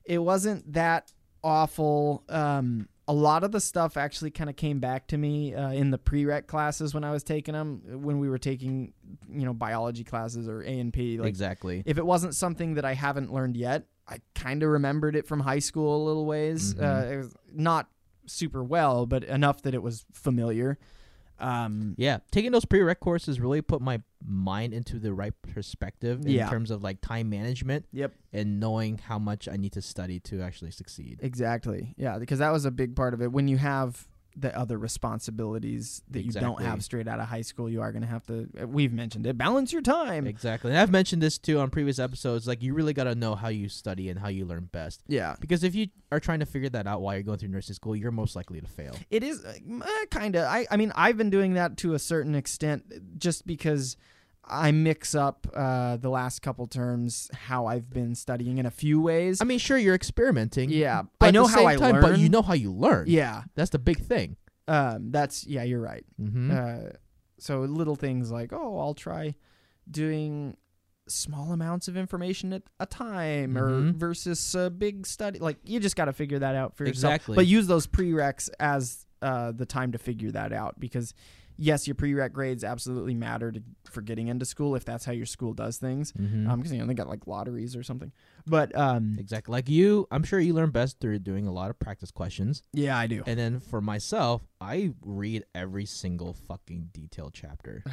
it wasn't that awful. Um a lot of the stuff actually kind of came back to me uh, in the prereq classes when I was taking them when we were taking you know biology classes or A and P like exactly. if it wasn't something that I haven't learned yet, I kind of remembered it from high school a little ways. Mhm. Uh, it was not super well, but enough that it was familiar. Um, Yeah, taking those prereq courses really put my mind into the right perspective in Yeah. terms of like time management Yep. and knowing how much I need to study to actually succeed. Exactly. Yeah, because that was a big part of it. When you have the other responsibilities that you don't Exactly. have straight out of high school, you are going to have to. uh, We've mentioned it. Balance your time. Exactly. And I've mentioned this too on previous episodes like you really got to know how you study and how you learn best. yeah, Because if you are trying to figure that out while you're going through nursing school, you're most likely to fail. it is uh, kind of. I I mean, I've been doing that to a certain extent, uh, just because. I mix up uh, the last couple terms how I've been studying in a few ways. I mean, sure you're experimenting. Yeah, but I at the know how same I time, But you learn. know how you learn. yeah, That's the big thing. um, that's yeah. You're right. Mm-hmm. Uh, so little things like, oh, I'll try doing small amounts of information at a time, or Mhm. versus a big study. Like you just got to figure that out for yourself. Exactly. But use those prereqs as uh, the time to figure that out because yes, your prereq grades absolutely matter to, for getting into school if that's how your school does things. Mhm. Um, because you know they got like lotteries or something. But um, exactly. Like you, I'm sure you learn best through doing a lot of practice questions. yeah, I do. And then for myself, I read every single fucking detailed chapter.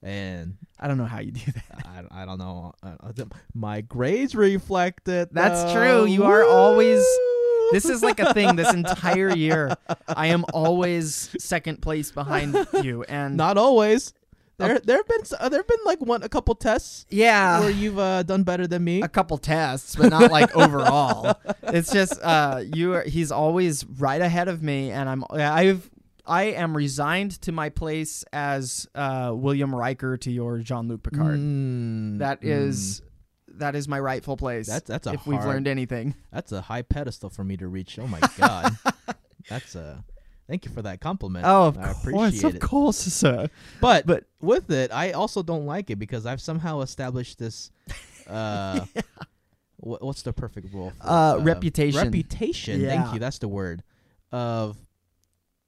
and I don't know how you do that. I, I don't know. I don't- My grades reflect it. That's though. true. You are always- Woo! This is like a thing this entire year. I am always second place behind you, and Not always. There, there have been s- uh, there have been like one a couple tests where yeah, you've uh, done better than me. Ah. a couple tests, but not like overall. It's just uh, you. Are, he's always right ahead of me, and I'm. I've. I am resigned to my place as uh, William Riker to your Jean Luc Picard. Mm, That mm. is, that is my rightful place. Hmm. That's- that's a if we've hard- learned anything. that's a high pedestal for me to reach. Oh my god, that's a thank you for that compliment. Oh, I appreciate it. course, sir. But But with it, I also don't like it because I've somehow established this. Uh, wha- what's the perfect rule? For, Uh, it? Um, reputation. Reputation. Yeah. Thank you. That's the word. Of,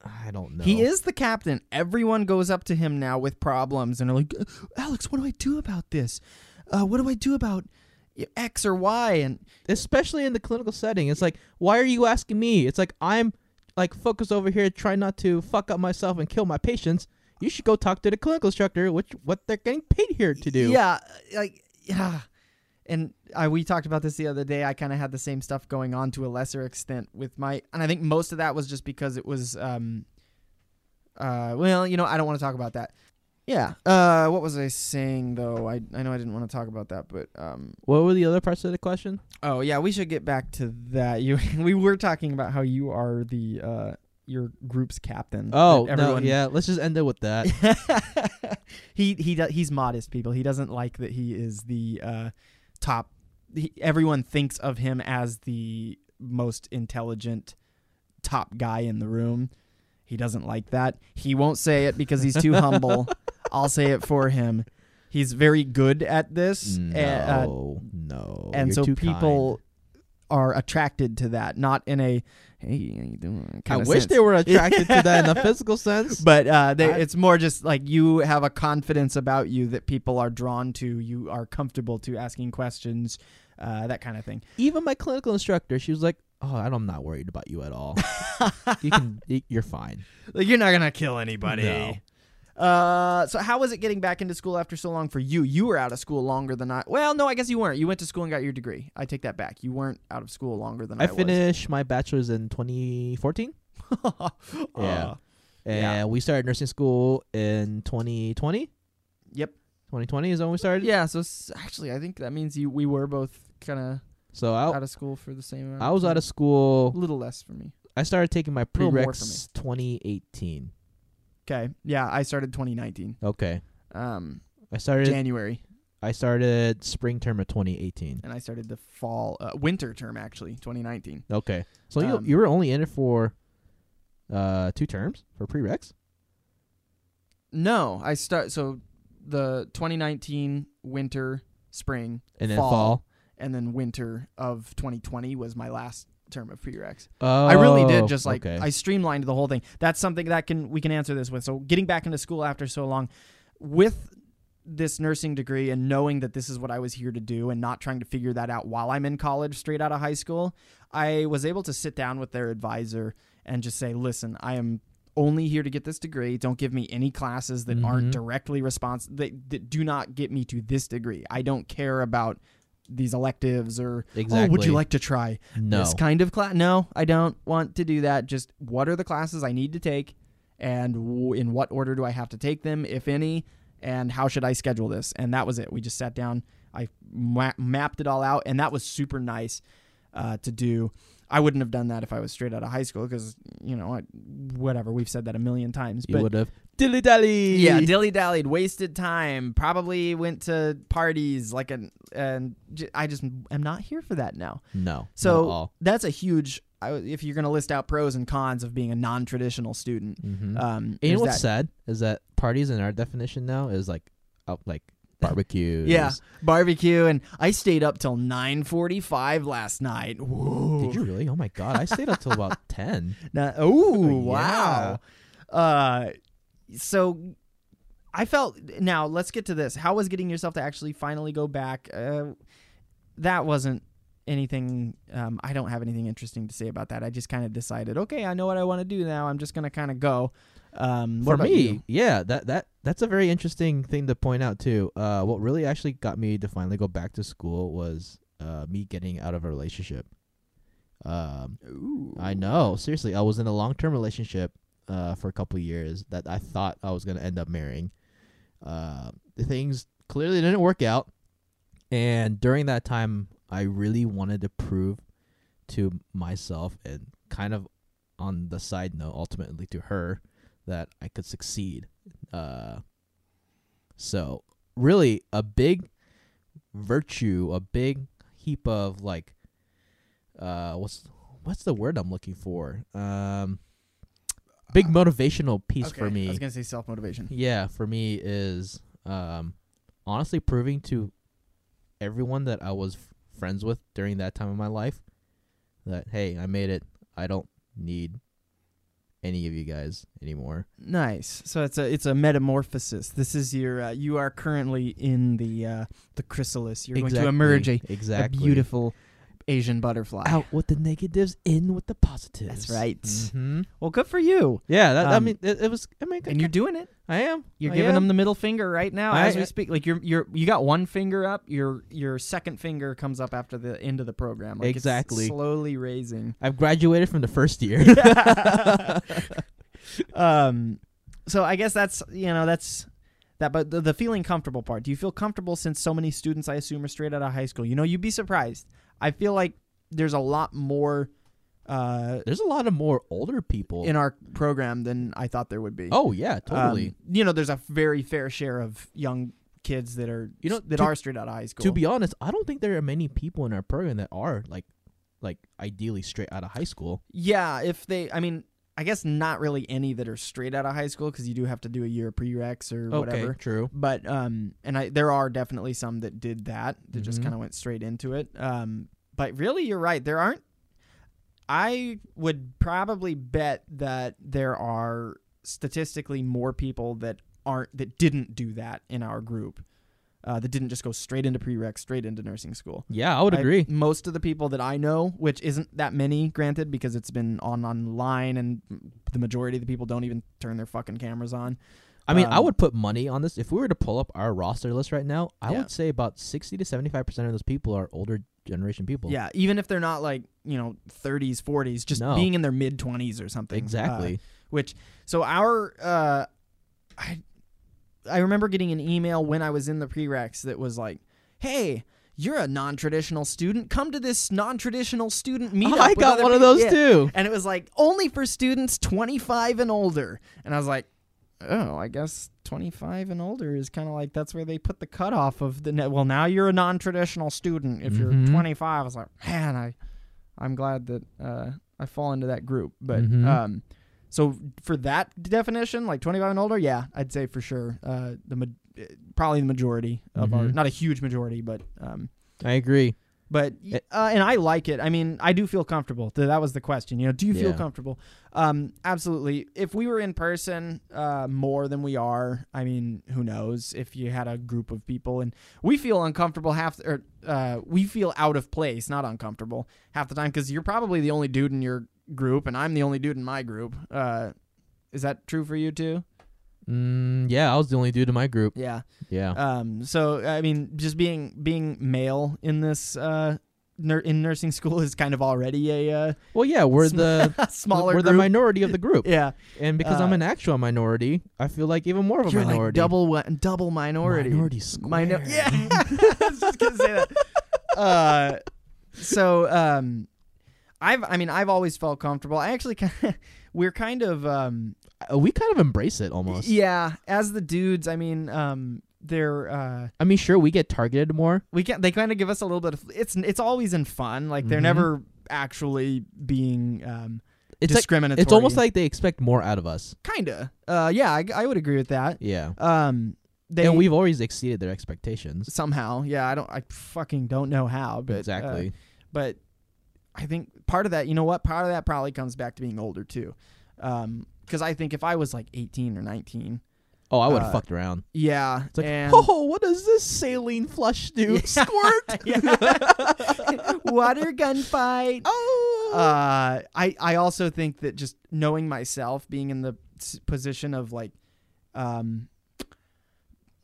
I don't know. He is the captain. Everyone goes up to him now with problems and are like, Alex, what do I do about this? Uh, what do I do about X or Y? And especially in the clinical setting. It's like, why are you asking me? It's like I'm like focused over here, trying not to fuck up myself and kill my patients. You should go talk to the clinical instructor, which what they're getting paid here to do. yeah, like yeah. And I, we talked about this the other day. I kind of had the same stuff going on to a lesser extent with my, and I think most of that was just because it was, um, uh, well, you know, I don't want to talk about that. Yeah. Uh, what was I saying though? I I know I didn't want to talk about that, but um. What were the other parts of the question? Oh yeah, we should get back to that. You we were talking about how you are the uh your group's captain. Oh That no, yeah. Let's just end it with that. he he do, he's modest people. He doesn't like that he is the uh top. He, everyone thinks of him as the most intelligent top guy in the room. He doesn't like that. He won't say it because he's too humble. I'll say it for him. He's very good at this. no, a- uh, Mm, no. and you're so too people are attracted to that, not in a hey, how you doing? kind. I kinda wish sense. they were attracted to that in a physical sense. But uh, they, I- it's more just like you have a confidence about you that people are drawn to. You are comfortable to asking questions, uh, that kind of thing. Even my clinical instructor, she was like, "Oh, I don't- I'm not worried about you at all. you can, y- you're fine." Like you're not gonna kill anybody. Uh, so how was it getting back into school after so long for you? You were out of school longer than I. Well, no, I guess you weren't. You went to school and got your degree. I take that back. You weren't out of school longer than I, I finished my bachelor's in 2014, Was. Yeah. Uh, and Yeah. we started nursing school in 2020. Yep. 2020 is when we started. Yeah. So s- actually, I think that means you. We were both kind of So I, out of school for the same amount. Oh. I was out time. of school. a little less for me. I started taking my little more for me. prereqs 2018. Okay. Yeah, I started 2019. Okay. Um, I started January, I started spring term of 2018. and I started the fall, uh, winter term actually, 2019. Okay. So Um, you you were only in it for uh two terms for prereqs? No, I start so the 2019 winter, spring, And then Fall. fall. and then winter of 2020 was my last term of prereqs. Oh, I really did just like okay. I oh, streamlined the whole thing. That's something that can we can answer this with. So getting back into school after so long with this nursing degree and knowing that this is what I was here to do and not uh, trying to figure that out while I'm in college straight out of high school, I was able to sit down with their advisor and just say, "Listen, I am only here to get this degree. Don't give me any classes that aren't Mhm. directly responsible that, that do not get me to this degree. I don't care about these electives or exactly. oh, would you like to try no? this kind of class. No, I don't want to do that. Just what are the classes I need to take, and w- in what order do I have to take them, if any, and how should I schedule this? And that was it. We just sat down. I ma- mapped it all out, and that was super nice uh, to do. I wouldn't have done that if I was straight out of high school because you know I, whatever we've said that a million times. you But would have dilly dally. yeah, dilly dallied, wasted time. Probably went to parties like an and j- I just am not here for that now. no. not at So all. that's a huge. I- If you're going to list out pros and cons of being a non-traditional student, Mhm. um, And you know there's what's that. sad is that parties in our definition now is like out like barbecues. Yeah, barbecue, and I stayed up till 9:45 last night. Whoa. Did you really? Oh my god! I stayed up till about ten. Now- ooh, yeah. wow. Uh, so I felt now. Let's get to this. How was getting yourself to actually finally go back? Uh, that wasn't anything. Um, I don't have anything interesting to say about that. I just kind of decided, okay, I know what I want to do now. I'm just gonna kind of go. Um, what for about me, you? yeah, that that that's a very interesting thing to point out too. Uh, what really actually got me to finally go back to school was uh, me getting out of a relationship. Um, Ooh. I know, seriously, I was in a long term relationship uh, for a couple years that I thought I was gonna end up marrying. Uh, the things clearly didn't work out, and during that time, I really wanted to prove to myself and kind of on the side note, ultimately to her, that I could succeed. Uh, so really, a big virtue, a big heap of like, uh, what's what's the word I'm looking for? Um, big motivational piece Uh, Okay, for me. I was gonna say self motivation. Yeah, for me is um honestly proving to everyone that I was f- friends with during that time of my life that hey, I made it. I don't need any of you guys anymore. Nice. So it's a it's a metamorphosis. This is your uh, you are currently in the uh, the chrysalis. You're going to emerge a, exactly a beautiful Asian butterfly. out with the negatives, in with the positives. right. Mhm. Well, good for you. Yeah, that, I Um, mean it, it was. I mean, And you're doing it. I am. You're I giving am. them the middle finger right now I- as we I- speak. Like you're you're you got one finger up. Your your second finger comes up after the end of the program. Like it's Exactly. slowly raising. I've graduated from the first year. um, so I guess that's you know that's that but the, the feeling comfortable part do you feel comfortable since so many students i assume are straight out of high school you know you'd be surprised i feel like there's a lot more uh, There's a lot of more older people. in our program than i thought there would be oh yeah, Um, totally. you know there's a very fair share of young kids that are You know, that to- are straight out of high school To be honest, I don't think there are many people in our program that are like, like ideally straight out of high school. Yeah, if they, I mean, I guess not really any that are straight out of high school because you do have to do a year of prereqs or whatever. true. But um, and I there are definitely some that did that that just Mhm. kind of went straight into it. Um, but really, you're right. There aren't. I would probably bet that there are statistically more people that aren't that didn't do that in our group. Uh, that didn't just go straight into prereq, straight into nursing school. Yeah, I would I- agree. most of the people that I know, which isn't that many, granted, because it's been on online and the majority of the people don't even turn their fucking cameras on. I mean, I um, would put money on this. If we were to pull up our roster list right now, I Yeah. would say about sixty to seventy-five percent of those people are older generation people. Yeah, even if they're not like, you know, 30s, 40s, just No. being in their mid 20s or something. uh, exactly. which so our uh I I remember getting an email when I was in the prereqs that was like, "Hey, you're a non-traditional student. Come to this non-traditional student meetup." I Uh, with got other one of people." those Yeah. too. and it was like only for students 25 and older and i was like oh i guess 25 and older is kind of like that's where they put the cutoff of the net well now you're a non-traditional student if Mhm. you're 25 i was like man i i'm glad that uh i fall into that group but Mhm. um so for that definition like 25 and older yeah i'd say for sure uh the ma- eh, probably the majority of our Mhm. not a huge majority but um I agree. but It- uh, and I like it. I mean, I do feel comfortable. Th- That was the question. You know, do you feel Yeah. comfortable? Um, absolutely. If we were in person uh, more than we are, I mean, who knows? If you had a group of people and we feel uncomfortable half, or uh, we feel out of place, not uncomfortable half the time because you're probably the only dude in your group, and I'm the only dude in my group. Uh, is that true for you too? Mm, yeah, I was the only dude in my group. Yeah. Yeah. Um, so I mean, just being being male in this uh, nur- in nursing school is kind of already a well, yeah, we're sm- the uh, smaller we're the group. minority of the group, yeah, and because I'm Uh, an actual minority, I feel like even more of a you're minority. like double wa- double minority. Minority Minor- squared. yeah, I was just gonna say that. Uh, so um, I've I mean I've always felt comfortable. I actually kind of, we're kind of um, Uh, we kind of embrace it almost. yeah as the dudes. I mean um, they're. Uh, I mean, sure, we get targeted more. we can they kind of give us a little bit of it's it's always in fun like they're Mhm. never actually being um It's like discriminatory it's almost like they expect more out of us. kind of uh yeah I, I would agree with that Yeah, um they and we've always exceeded their expectations. somehow yeah i don't i fucking don't know how but uh, exactly. but i think part of that you know what part of that probably comes back to being older too um because i think if i was like 18 or 19 oh, I would have uh, fucked around. yeah It's like, and oh, what does this saline flush do? Yeah. Squirt. Yeah. water gun fight Oh. uh, I I also think that just knowing myself, being in the s- position of like, um,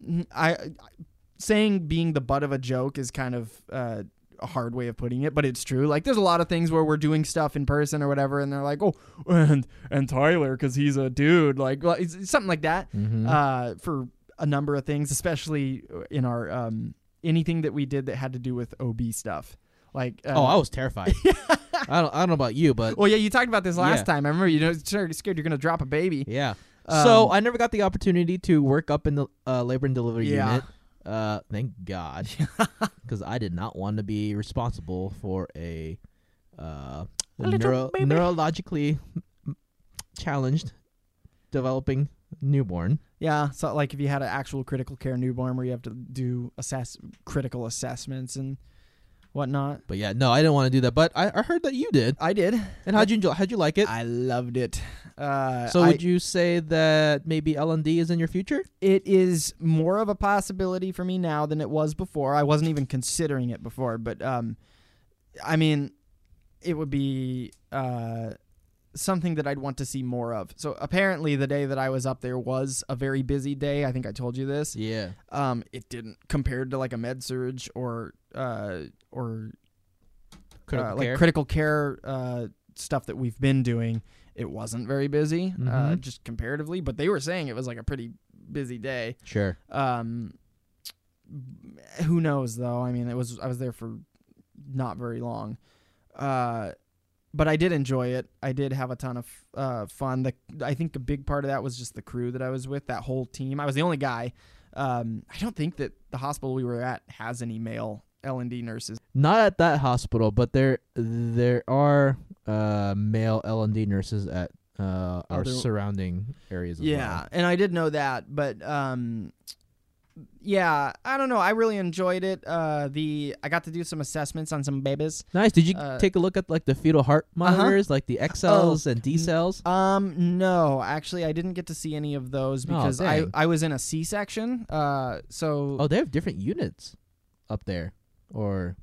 n- I, I- saying being the butt of a joke is kind of uh, a hard way of putting it, but it's true. Like, there's a lot of things where we're doing stuff in person or whatever, and they're like, oh, and and Tyler because he's a dude, like well, it's- it's something like that Mhm. uh, for a number of things, especially in our um, anything that we did that had to do with OB stuff. Like, uh, oh, I was terrified. I don't. I don't know about you, but well, yeah, you talked about this last Yeah. time. I remember you know scared scared you're gonna drop a baby. yeah. Um, so I never got the opportunity to work up in the uh, labor and delivery Yeah. unit. Uh, thank God, because I did not want to be responsible for a, uh, neuro- neurologically challenged, developing newborn. Yeah, so like if you had an actual critical care newborn where you have to do assess critical assessments and whatnot. But yeah, no, I didn't want to do that. But I, I heard that you did. I did. And how'd you enjoy? How'd you like it? I loved it. Uh, so I- would you say that maybe L and D is in your future? it is more of a possibility for me now than it was before. I wasn't even considering it before, but um, I mean, it would be uh, something that I'd want to see more of. So apparently, the day that I was up there was a very busy day. I think I told you this. Yeah. Um, it didn't compared to like a med surge or uh, or Critical uh, like care. critical care uh, stuff that we've been doing. It wasn't very busy, uh, Mhm. just comparatively, but they were saying it was like a pretty busy day. Sure. Um, who knows though? I mean, it was I was there for not very long, uh, but I did enjoy it. I did have a ton of uh, fun. The I think a big part of that was just the crew that I was with. That whole team. I was the only guy. Um, I don't think that the hospital we were at has any male L and D nurses. Not at that hospital, but there there are uh, male L and D nurses at uh, our Other- surrounding areas. As Oh, Yeah, and I did know that, but um, yeah, I don't know. I really enjoyed it. Uh, the I got to do some assessments on some babies. well. Nice. Did you Uh, Uh-huh. Oh, take a look at like the fetal heart monitors, like the X cells and D n- cells? Um, no, actually, I didn't get to see any of those Oh, because I dang. I was in a C section. Uh, so Oh, they have different units up there, or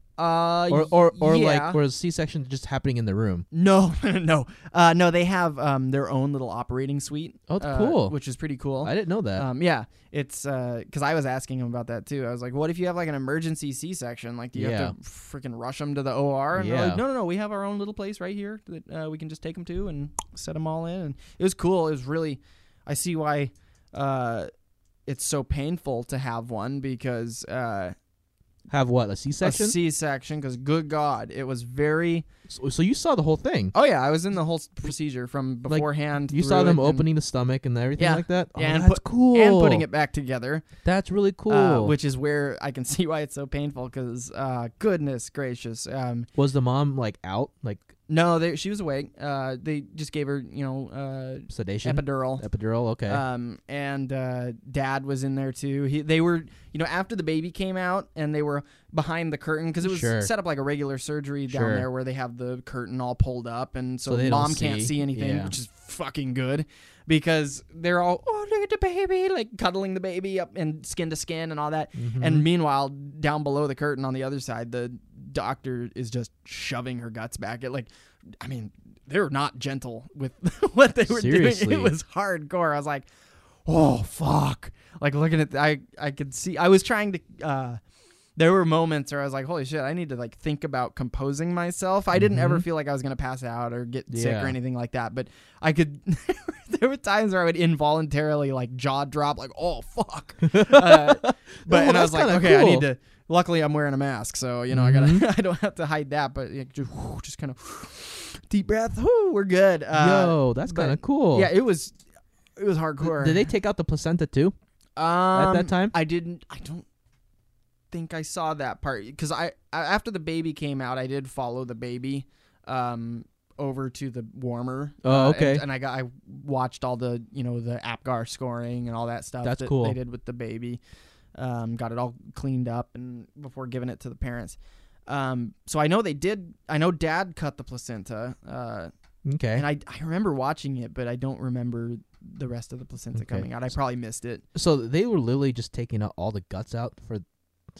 Oh, uh, or or, or yeah. like or C section just happening in the room. no, no, uh, no. They have um their own little operating suite. Oh, that's uh, cool. which is pretty cool. I didn't know that. Um, yeah, it's because I was asking him about that too. I was like, "What if you have like an emergency C-section? Like, do you Yeah. have to freaking rush them to the OR?" And they're Yeah. like, "No, no, no. We have our own little place right here that uh, we can just take them to and set them all in." And it was cool. It was really. I see why uh, it's so painful to have one because uh, Have what a C a section? C-section. Because good God, it was very. so, so you saw the whole thing. Oh yeah, I was in the whole s- procedure from Like, beforehand. You saw through them it and- opening the stomach and everything Yeah. like that. Oh, Yeah, and that's put- cool. and putting it back together. That's really cool. Uh, which is where I can see why it's so painful because, uh, goodness gracious. Um, was the mom like out, like no, they, she was awake. Uh, they just gave her, you know, uh, sedation, epidural. epidural? Okay. Um, and uh, dad was in there too. He, they were, you know, after the baby came out and they were behind the curtain because it was Sure. set up like a regular surgery down Sure. there where they have the curtain all pulled up and so, So they don't mom can't see. see anything, Yeah. which is fucking good because they're all, oh, look at the baby, like cuddling the baby up and skin to skin and all that. Mm-hmm. And meanwhile, down below the curtain on the other side, the doctor is just shoving her guts back. It like, I mean, they were not gentle with what they were Seriously. doing. It was hardcore. I was like, oh fuck! Like looking at, I I could see. I was trying to. uh there were moments where I was like, "Holy shit! I need to like think about composing myself." I didn't ever feel like I was gonna pass out or get sick Mm-hmm. Yeah. or anything like that, but I could. there were times where I would involuntarily like jaw drop, like "Oh fuck!" Uh, but Well, and I Oh, that's was like, kinda "Okay, I cool. Mm-hmm. need to." Luckily, I'm wearing a mask, so you know I gotta. I don't have to hide that, but like, just, whew, just kind of deep breath. Whew, we're good. Uh, Yo, that's but- kind of cool. Yeah, it was. It was hardcore. Did they take out the placenta too? Um, that time? I didn't. I don't think I saw that part because I, I after the baby came out, I did follow the baby um, over to the warmer. Oh, uh, okay. and, and I got I watched all the you know the Apgar scoring and all that stuff. That's that cool. They did with the baby. Um, got it all cleaned up and before giving it to the parents. Um, so I know they did. I know Dad cut the placenta, uh, Okay. and I, I remember watching it, but I don't remember the rest of the placenta Okay. coming out. I probably missed it. so they were literally just taking out all the guts out for,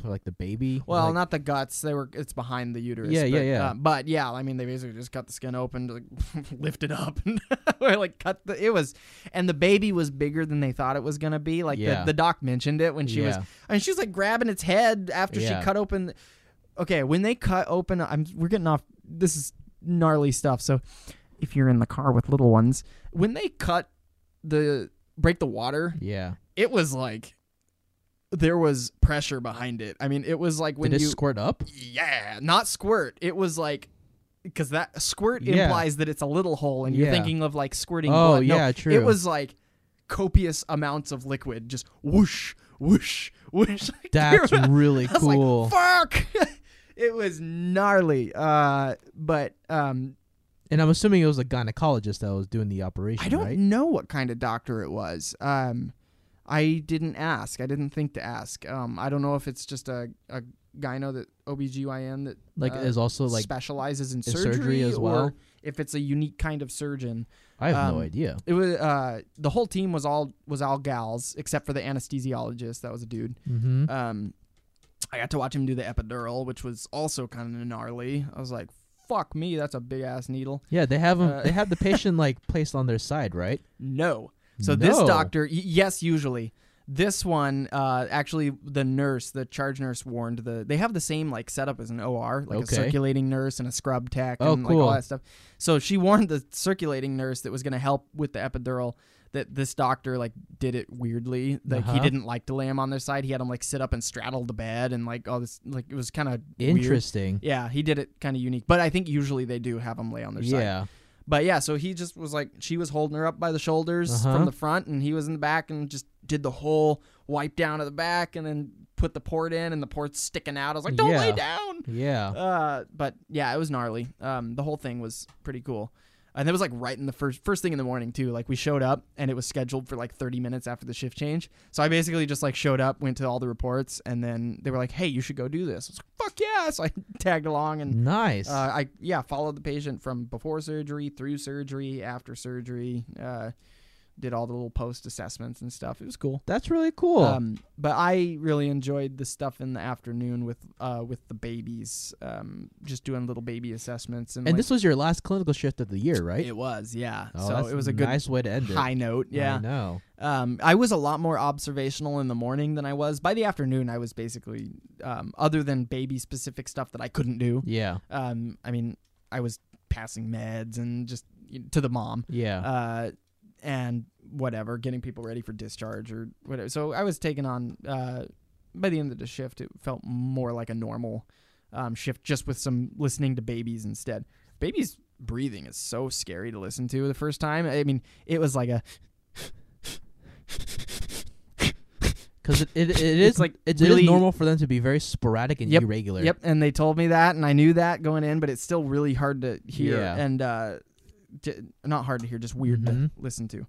for like the baby. Well, like, not the guts. They were. It's behind the uterus. Yeah, but, yeah, yeah. uh, but yeah, I mean, they basically just cut the skin open, to, like, lift it up, and or, like cut the. It was, and the baby was bigger than they thought it was gonna be. Like Yeah. the, the doc mentioned it when she was. Yeah. I mean, she was like grabbing its head after Yeah. she cut open. the- Okay, when they cut open, I'm we're getting off. This is gnarly stuff. So, if you're in the car with little ones, when they cut the break the water, Yeah. it was like. There was pressure behind it. I mean, it was like when Did you it squirt up? yeah, not squirt. It was like because that squirt Yeah. implies that it's a little hole, and you're Yeah. thinking of like squirting. Oh, blood. No, yeah, true. It was like copious amounts of liquid, just whoosh, whoosh, whoosh. Like, That's there- really I was like, cool. Fuck. it was gnarly. Uh, but um, and I'm assuming it was a gynecologist that was doing the operation, I don't right? know what kind of doctor it was. Um, I didn't ask. I didn't think to ask. Um, I don't know if it's just a a gyno that OBGYN that Like uh, is also like specializes in, surgery surgery, as well? or if it's a unique kind of surgeon. I have no um, idea. It was uh, the whole team was all was all gals except for the anesthesiologist. That was a dude. Mm-hmm. Um, I got to watch him do the epidural, which was also kind of gnarly. I was like, "Fuck me, that's a big ass needle." Yeah, they have 'em- uh, they have the patient like placed on their side, right? No. So this No. doctor, y- yes, usually. This one, uh, actually, the nurse, the charge nurse, warned the. They have the same like setup as an OR, like Okay. a circulating nurse and a scrub tech, Oh, and cool. like all that stuff. So she warned the circulating nurse that was going to help with the epidural that this doctor like did it weirdly. Like he Uh-huh. didn't like to lay him on their side. He had him like sit up and straddle the bed and like all this like it was kind of Interesting. Yeah, he did it kind of unique. But I think usually they do have him lay on their side. Yeah. But yeah, so he just was like she was holding her up by the shoulders Uh-huh. from the front, and he was in the back, and just did the whole wipe down of the back, and then put the port in, and the port's sticking out. I was like, don't lay Yeah. down. Yeah. Uh, but yeah, it was gnarly. Um, the whole thing was pretty cool, and it was like right in the first first thing in the morning too. Like we showed up, and it was scheduled for like 30 minutes after the shift change. So I basically just like showed up, went to all the reports, and then they were like, hey, you should go do this. I was like, fuck yeah! So I tagged along and Nice. uh, I yeah followed the patient from before surgery through surgery after surgery. Uh, did all the little post assessments and stuff. It was cool. That's really cool. Um, but I really enjoyed the stuff in the afternoon with uh, with the babies, um, just doing little baby assessments and, and like- this was your last clinical shift of the year, right? it was yeah. oh, so that's it was a good nice way to end it. high note. I Yeah. know. Um, I was a lot more observational in the morning than I was by the afternoon. I was basically um, other than baby specific stuff that I couldn't do. Yeah. um, I mean, I was passing meds and just you know, to the mom, Yeah. uh, and whatever, getting people ready for discharge or whatever. So I was taking on. Uh, by the end of the shift, it felt more like a normal um, shift, just with some listening to babies instead. Babies breathing is so scary to listen to the first time. I mean, it was like a Because it, it, it is It's, like, it's really- normal for them to be very sporadic and Yep, irregular. Yep, and they told me that, and I knew that going in, but it's still really hard to hear Yeah. and uh, d- not hard to hear, just weird Mhm. to listen to.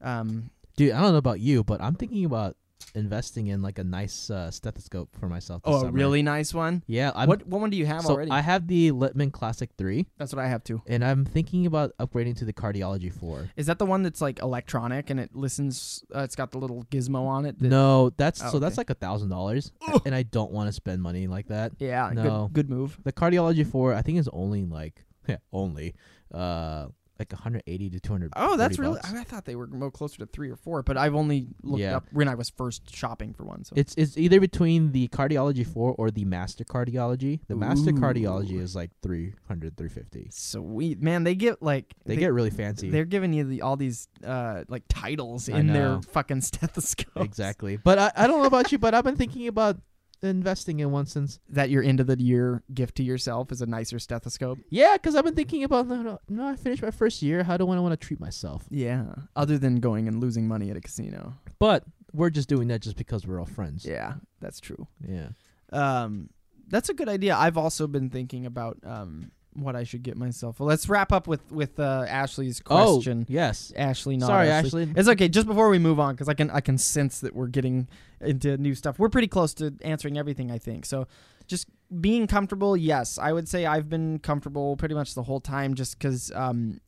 Um, Dude, I don't know about you, but I'm thinking about investing in like a nice uh, stethoscope for myself. this oh, a summer. really nice one. Yeah. I'm, what what one do you have so already? I have the Littman Classic Three, That's what I have too. and I'm thinking about upgrading to the cardiology floor. Is that the one that's like electronic and it listens? Uh, it's got the little gizmo on it. that- No, that's Oh, so that's okay. like a thousand dollars, and I don't want to spend money like that. Yeah, No. good, good move. The cardiology floor, I think, is only like only uh like 180 to 200. Oh, that's really. bucks. I, I thought they were more closer to three or four, but I've only looked Yeah. up when I was first shopping for one. So It's it's either between the cardiology four or the master cardiology. The master cardiology Ooh. is like 300, 350. sweet, man. They get like They, get really fancy. They're giving you the, all these uh, like titles I in their know. fucking stethoscope. Exactly. But I, I don't know about you, but I've been thinking about investing in one since. That your end of the year gift to yourself is a nicer stethoscope. Yeah, because I've been thinking about no, no, no, I finished my first year. How do I want to treat myself? Yeah. Other than going and losing money at a casino. But we're just doing that just because we're all friends. Yeah, that's true. Yeah. Um, that's a good idea. I've also been thinking about um what I should get myself. Well, let's wrap up with with uh, Ashley's question. Oh, yes. Ashley, not Sorry, Ashley. Ashley. It's okay. Just before we move on, because I can I can sense that we're getting into new stuff. We're pretty close to answering everything, I think. So, just being comfortable. Yes, I would say I've been comfortable pretty much the whole time, just because. Um,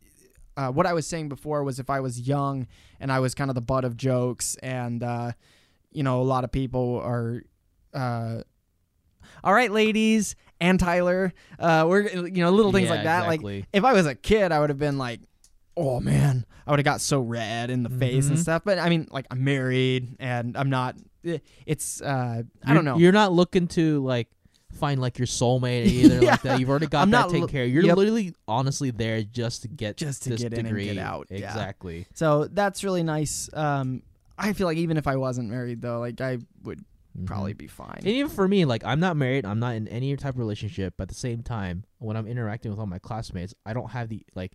uh, what I was saying before was if I was young and I was kind of the butt of jokes, and uh, you know, a lot of people are. Uh, all right, ladies and Tyler, uh, we're you know little things like that, like if I was a kid, I would have been like, oh man, I would have got so red in the face and Mhm. stuff. But I mean, like I'm married and I'm not. eh, It's uh, I don't know. You're not looking to like find like your soulmate either like Yeah. that. You've already got I'm that not taken loo- care of. You're Yep. literally honestly there just to get Just to this get in and degree. get out, yeah. Exactly. So that's really nice. Um, I feel like even if I wasn't married though, like I would Mhm. probably be fine. And even for me, like I'm not married, I'm not in any type of relationship. But at the same time, when I'm interacting with all my classmates, I don't have the like,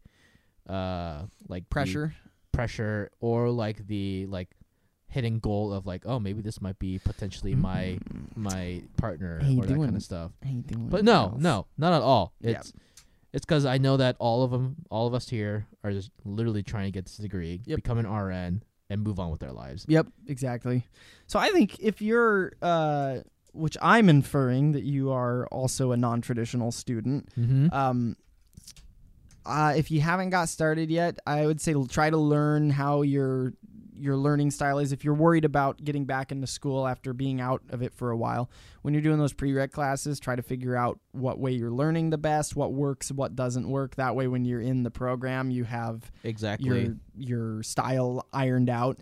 uh, like the Pressure. pressure, or like the like hidden goal of like, oh, maybe this might be potentially my my partner How you or that kind doing? of stuff. Mm-hmm. Anything But else? no, no, not at all. Yeah. It's it's because I know that all of them, all of us here, are just literally trying to get this degree, Yep. become an RN, and move on with their lives. Yep, exactly. So I think if you're, uh, which I'm inferring that you are also a non-traditional student, Mm-hmm. Um, uh, if you haven't got started yet, I would say l- try to learn how your your learning style is. If you're worried about getting back into school after being out of it for a while, when you're doing those prereq classes, try to figure out what way you're learning the best, what works, what doesn't work. That way, when you're in the program, you have exactly. your your style ironed out.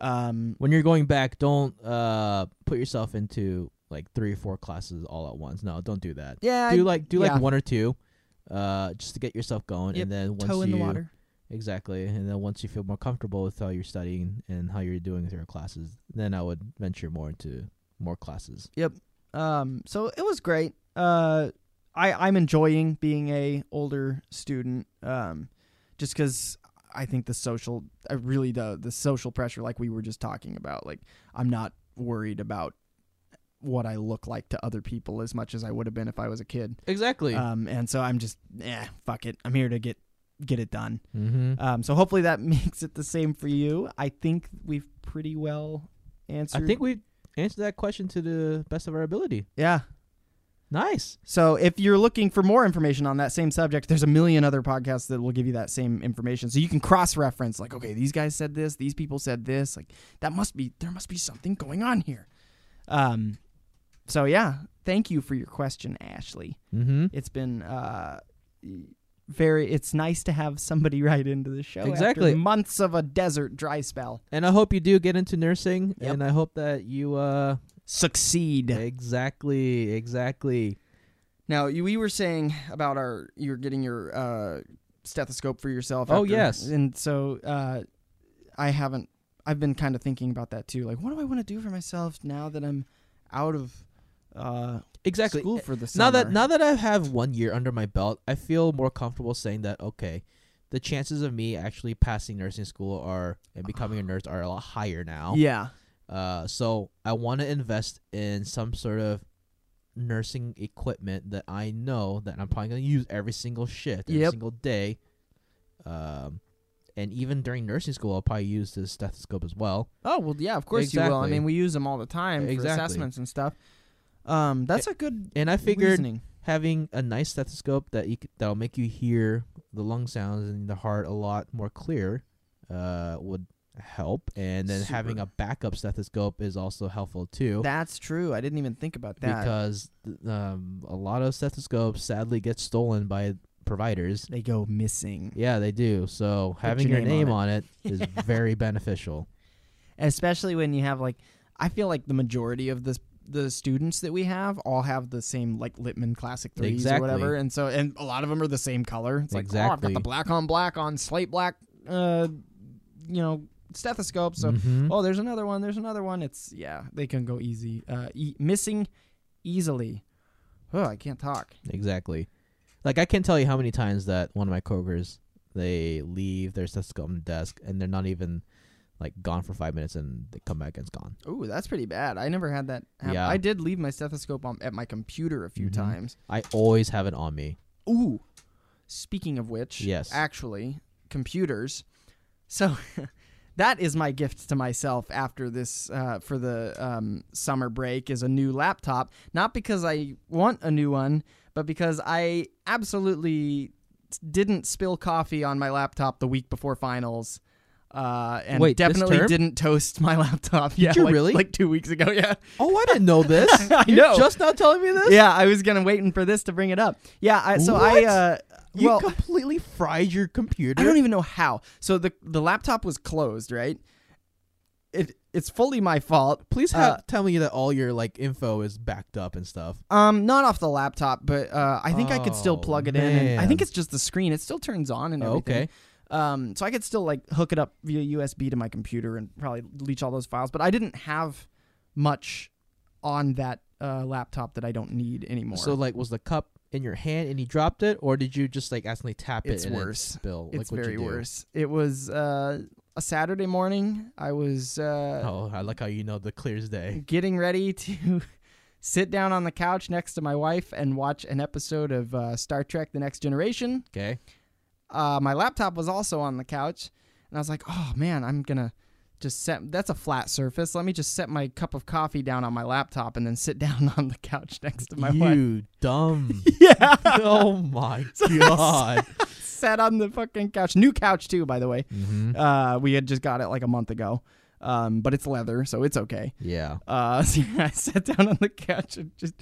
Um, when you're going back, don't uh put yourself into like three or four classes all at once. No, don't do that. yeah, do like do yeah. like one or two, uh, just to get yourself going, Yep, and then once toe you in the water. Exactly. And then once you feel more comfortable with how you're studying and how you're doing with your classes, then I would venture more into more classes. Um, so it was great. Uh, I I'm enjoying being a older student. Um, just because I think the social, I really the the social pressure, like we were just talking about. Like I'm not worried about what I look like to other people as much as I would have been if I was a kid. Exactly. Um, and so I'm just, eh, fuck it. I'm here to get get it done. mm-hmm. Um, so hopefully that makes it the same for you. I think we've pretty well answered. I think we answered that question to the best of our ability. yeah. Nice. So if you're looking for more information on that same subject, there's a million other podcasts that will give you that same information. So you can cross-reference like, okay, these guys said this, these people said this, like that must be there must be something going on here. Um so yeah, thank you for your question, Ashley. Mm-hmm. It's been uh very it's nice to have somebody right into the show after Exactly. months of a desert dry spell. And I hope you do get into nursing, Yep. and I hope that you uh Succeed. exactly, exactly. Now you, we were saying about our you're getting your uh, stethoscope for yourself. Oh, after- yes. and so uh, I haven't. I've been kind of thinking about that too. Like, what do I want to do for myself now that I'm out of uh, Exactly. school for the summer? eh, Now that now that I have one year under my belt, I feel more comfortable saying that okay, the chances of me actually passing nursing school are and becoming a nurse are a lot higher now. yeah, Uh, so I want to invest in some sort of nursing equipment that I know that I'm probably going to use every single shift, every Yep. single day. Um, and even during nursing school, I'll probably use this stethoscope as well. Oh well, yeah, of course you will. I Exactly. mean, we use them all the time Exactly. for assessments and stuff. Um, that's a good And I figured reasoning. having a nice stethoscope that you c- that'll make you hear the lung sounds and the heart a lot more clear uh, would help. And then having Super. a backup stethoscope is also helpful too. That's true. I didn't even think about that. because th- um, a lot of stethoscopes sadly get stolen by providers. they go missing. Yeah, they do. So having your your, name name on it is Yeah. very beneficial. especially when you have like I feel like the majority of the the students that we have all have the same like Littman Classic threes Exactly. or whatever, and so and a lot of them are the same color. It's like oh, I've got Exactly. the black on black on slate black, uh, you know, stethoscope. So Mhm. oh, there's another one. There's another one. It's yeah, they can go easy, uh, e- missing easily. Oh, I can't talk. exactly. Like I can't tell you how many times that one of my coworkers they leave their stethoscope on the desk and they're not even like gone for five minutes and they come back and it's gone. Ooh, that's pretty bad. I never had that. Happen. Yeah. I did leave my stethoscope on, at my computer a few Mhm. times. I always have it on me. Ooh. Speaking of which, Yes. actually, computers. So that is my gift to myself after this uh, for the um, summer break is a new laptop. Not because I want a new one, but because I absolutely didn't spill coffee on my laptop the week before finals. Uh, and Wait, this definitely term? didn't toast my laptop. Yeah, you like- really? Like two weeks ago. Yeah, Oh, I didn't know this. I You're know. Just now telling me this. yeah. I was gonna waiting for this to bring it up. Yeah. I, so I. What? Uh, You well, completely fried your computer. I don't even know how. So the the laptop was closed, right? It it's fully my fault. Please Uh, have, tell me that all your like info is backed up and stuff. Um, not off the laptop, but uh, I think I could still Oh, plug it in. And I think man. it's just the screen; it still turns on and Oh, everything. okay. Um, so I could still like hook it up via USB to my computer and probably leech all those files. But I didn't have much on that uh, laptop that I don't need anymore. So like, was the cup in your hand and you dropped it, or did you just like accidentally tap It's it? and it worse. Spill. it's like, what'd very you do? worse. It was uh, a Saturday morning. I was uh, Oh, I like how you know the clear's day. getting ready to sit down on the couch next to my wife and watch an episode of uh, Star Trek The Next Generation. Okay. Uh, my laptop was also on the couch, and I was like, oh man, I'm going to just set that's a flat surface. Let me just set my cup of coffee down on my laptop and then sit down on the couch next to my wife. you dumb. Yeah. oh my god. Sat on the fucking couch. New couch, too, by the way. mm-hmm. Uh, we had just got it like a month ago. Um, but it's leather, so it's okay. Yeah. Uh, so yeah, I sat down on the couch and just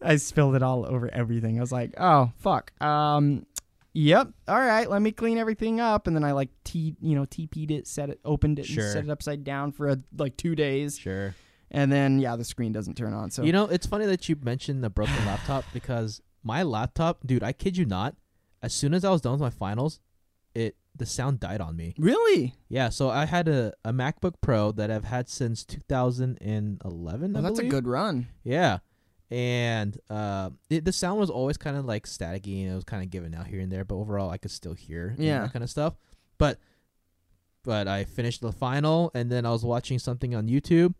I spilled it all over everything. I was like, oh fuck. Um, yep. All right, let me clean everything up. And then I like t you know TP'd it, set it, opened it, Sure. and set it upside down for a, like two days. Sure. And then yeah, the screen doesn't turn on. So You know, it's funny that you mentioned the broken laptop because my laptop, dude, I kid you not, as soon as I was done with my finals, it the sound died on me. Really? Yeah, so I had a, a MacBook Pro that I've had since 2011. I Well, Oh, that's a believe. good run. Yeah. And uh, it, the sound was always kind of like staticky and it was kind of giving out here and there, but overall I could still hear and Yeah. that kind of stuff. But but I finished the final and then I was watching something on YouTube.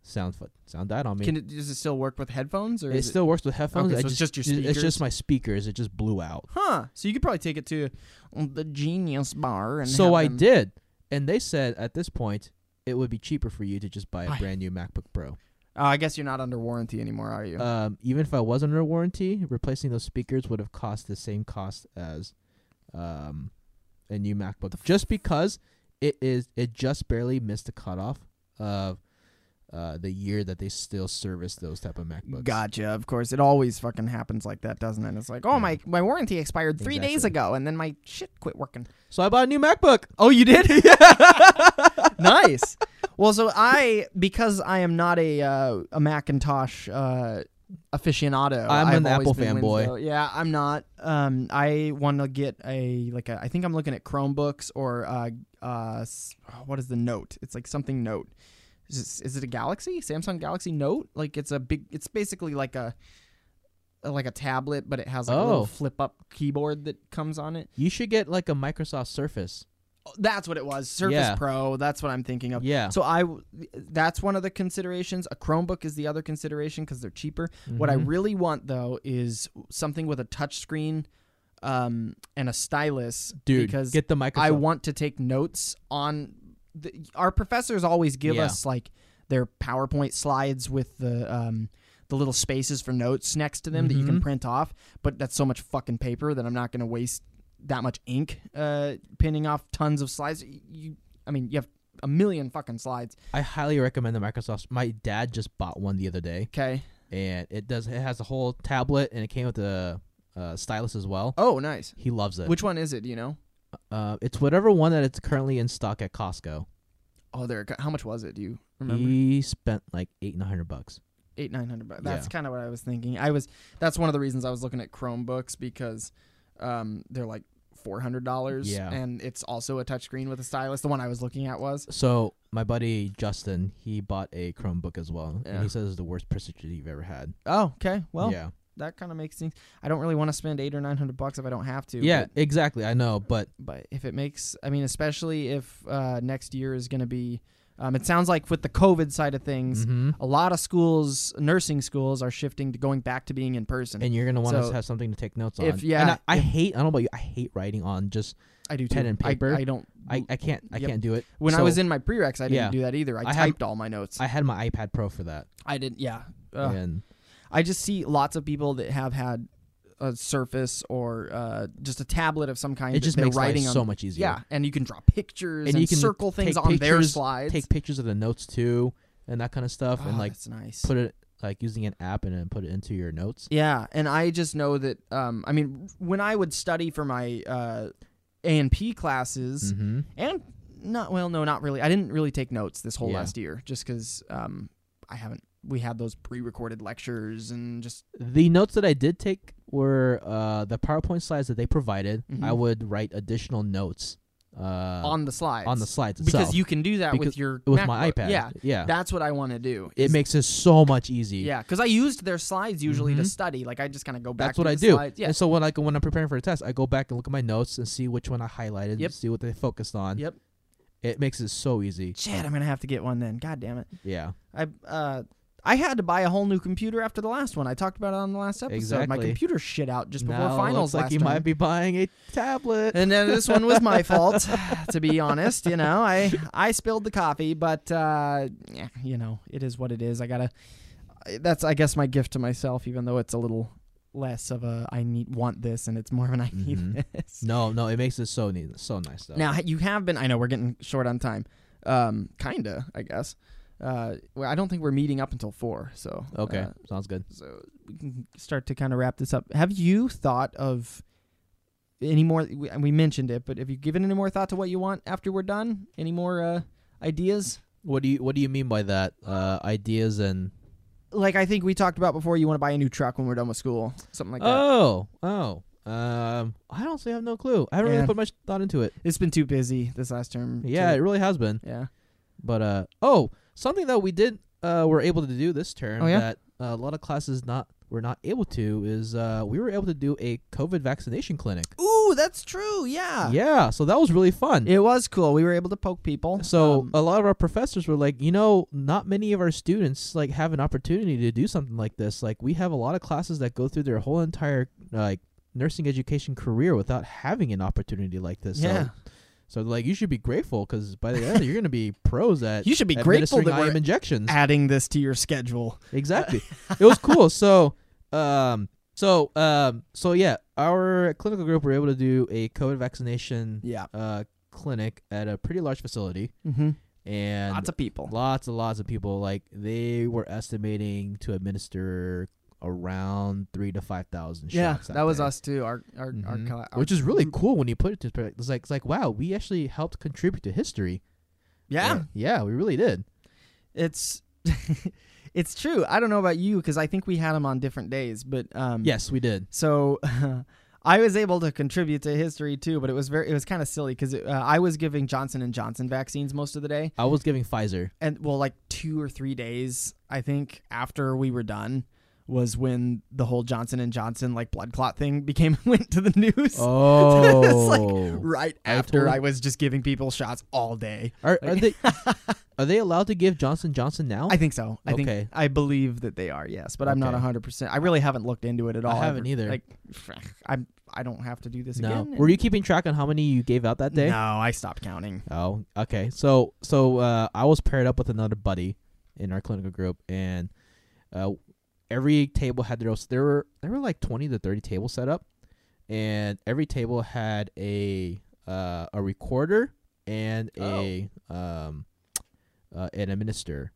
Sound fu- sound died on me. Can it, does it still work with headphones or it is still works with headphones. Okay, I so it's just your It's speakers? just my speakers. It just blew out. Huh. So you could probably take it to um, the Genius Bar and So have I them- did, and they said at this point it would be cheaper for you to just buy a Buy- brand new MacBook Pro. Oh, I guess you're not under warranty anymore, are you? Um, even if I was under warranty, replacing those speakers would have cost the same cost as um, a new MacBook, just because it is it just barely missed the cutoff of uh, the year that they still service those type of MacBooks. Gotcha. Of course, it always fucking happens like that, doesn't it? It's like, oh Yeah. my, my warranty expired three days Exactly. ago, and then my shit quit working. So I bought a new MacBook. Oh, you did? nice. Well, so I because I am not a uh, a Macintosh uh, aficionado. I'm I've an always Apple been fanboy. Windows. Yeah, I'm not. Um, I want to get a like a, I think I'm looking at Chromebooks or uh, uh, s- oh, what is the Note? It's like something Note. Is it, is it a Galaxy? Samsung Galaxy Note? Like it's a big. It's basically like a like a tablet, but it has like a Oh. little flip up keyboard that comes on it. You should get like a Microsoft Surface. That's what it was. Surface Yeah. Pro. That's what I'm thinking of. Yeah. So I, w- that's one of the considerations. A Chromebook is the other consideration because they're cheaper. What I Mhm. really want though is something with a touch screen, um, and a stylus. dude because get the Microsoft. I want to take notes on. The, our professors always give Yeah. us like their PowerPoint slides with the um, the little spaces for notes next to them that you can Mhm. print off. But that's so much fucking paper that I'm not going to waste that much ink uh, pinning off tons of slides. Y- You, I mean, you have a million fucking slides. I highly recommend the Microsoft. My dad just bought one the other day, Okay. and it does. It has a whole tablet, and it came with a uh, stylus as well. Oh, nice. He loves it. Which one is it? Do you know? uh, it's whatever one that it's currently in stock at Costco. Oh, there. it go- How much was it? Do you remember? He spent like eight nine hundred bucks. eight nine hundred bucks. That's Yeah. kind of what I was thinking. I was that's one of the reasons I was looking at Chromebooks because um, they're like four hundred dollars. Yeah. and it's also a touchscreen with a stylus. The one I was looking at was. So my buddy Justin, he bought a Chromebook as well, Yeah. and he says it's the worst purchase you've ever had. Oh, okay. Well, yeah, that kind of makes things. I don't really want to spend eight or nine hundred bucks if I don't have to. yeah, but, exactly. I know, but but if it makes, I mean, especially if uh, next year is going to be. Um, it sounds like with the COVID side of things, Mhm. a lot of schools, nursing schools, are shifting to going back to being in person. and you're gonna want So- to have something to take notes on. If- yeah, and I, I if- hate. I don't know about you. I hate writing on just. I do pen too. and I- paper. I, don't. I, I can't. I Yep. can't do it. When I So- was in my prereqs, I didn't Yeah. do that either. I, I have- typed all my notes. I I, had my iPad Pro for that, didn't. Yeah. Ugh. and I just see lots of people that have had a Surface or uh, just a tablet of some kind. it that just they're makes writing writing life on, so much easier. Yeah, and you can draw pictures and, And you can circle things take on their pictures, slides. take pictures of the notes too, and that kind of stuff, Oh, and like that's nice. put it like using an app and then put it into your notes. yeah, and I just know that. Um, I mean, when I would study for my uh, A and P classes, Mm-hmm. and not well no not really i didn't really take notes this whole Yeah. last year just because um i haven't we had those pre-recorded lectures and just The notes that I did take were uh, the PowerPoint slides that they provided. I Mhm. would write additional notes uh, on on the slides on the slides because itself. you can do that with Because- your it was my MacBook. iPad. yeah yeah. that's what i want to do it is- makes it so much easier. yeah because i used their slides usually to Mhm. study like i just kind of go back That's what to I the do. slides. yeah And so when like when I'm preparing for a test, I go back and look at my notes and see which one I highlighted, Yep. and see what they focused on. Yep. It makes it so easy. shit i'm gonna have to get one then god damn it Yeah. i uh I had to buy a whole new computer after the last one. I talked about it on the last episode. My Exactly. computer shit out just before Now it looks finals like last you time. might be buying a tablet. and then this one was my fault to be honest you know i i spilled the coffee but uh yeah, you know it is what it is i gotta that's i guess my gift to myself even though it's a little less of a i need want this and it's more of an i need Mhm. this No, no, it makes it so neat, so nice though. now you have been i know we're getting short on time um kinda i guess uh well i don't think we're meeting up until four so okay, uh, sounds good. so we can start to kind of wrap this up. Have you thought of any more? We, we mentioned it, but have you given any more thought to what you want after we're done? Any more uh, ideas? What do you What do you mean by that? Uh, ideas and Uh, Like I think we talked about before, you want to buy a new truck when we're done with school, something like that. oh, oh, Um, I honestly have no clue. I haven't Yeah. really put much thought into it. It's been too busy this last term. to- Yeah, it really has been. yeah. But uh, oh, something that we did uh were able to do this term Oh, yeah? that uh, a lot of classes not were not able to is uh we were able to do a COVID vaccination clinic. Ooh, that's true. Ah. Yeah. Yeah, so that was really fun. It was cool. We were able to poke people. So Um, a lot of our professors were like, you know, not many of our students like have an opportunity to do something like this. Like we have a lot of classes that go through their whole entire like nursing education career without having an opportunity like this. Yeah. So, so like you should be grateful because by the end you're gonna be pros at You should be grateful administering that we're IM injections. adding this to your schedule. Exactly. it was cool. So, um, so, um, so yeah, our clinical group were able to do a COVID vaccination Yeah. uh clinic at a pretty large facility, Mm-hmm. and Lots of people. lots and lots of people. Like they were estimating to administer around three to five thousand. Yeah, shots out that was there. us too. Our our our, Mhm. cla- our which is really group. cool when you put it to perspective. It's like it's like wow, we actually helped contribute to history. yeah. yeah, we really did. It's it's true. I don't know about you because I think we had them on different days, but um, Yes, we did. So I was able to contribute to history too, but it was very it was kind of silly because uh, I was giving Johnson and Johnson vaccines most of the day, I was giving Pfizer. and well, like two or three days I think after we were done was when the whole Johnson and Johnson like blood clot thing became went to the news. Oh, Right I after told- I was just giving people shots all day. Are, are they are they allowed to give Johnson Johnson now? I think so. I Okay. think I believe that they are. Yes, but I'm not Okay. 100. percent I really haven't looked into it at I all. haven't either. Like, I'm. I don't have to do this no. again. Were you keeping track on how many you gave out that day? No, I stopped counting. Oh, okay. So so uh, I was paired up with another buddy in our clinical group, and uh, every table had their own. There were there were like twenty to thirty tables set up, and every table had a uh, a recorder and a Oh. um uh, and a minister.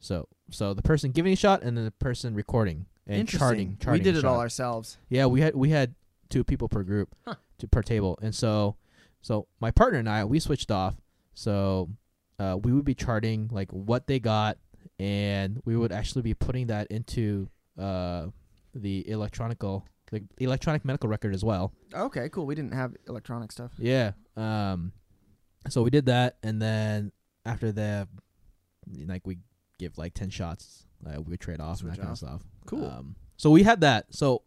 So so the person giving a shot and then the person recording and charting Interesting. charting. we the did it shot. all ourselves. Yeah, we had we had two people per group Huh. to per table, and so so my partner and I we switched off. So uh, we would be charting like what they got, and we would actually be putting that into uh, the electronical the electronic medical record as well. Okay, cool. We didn't have electronic stuff. Yeah. Um, so we did that, and then after the like we give like ten shots, uh, we would trade off and that Switch kind off. of stuff. Cool. Um, so we had that. So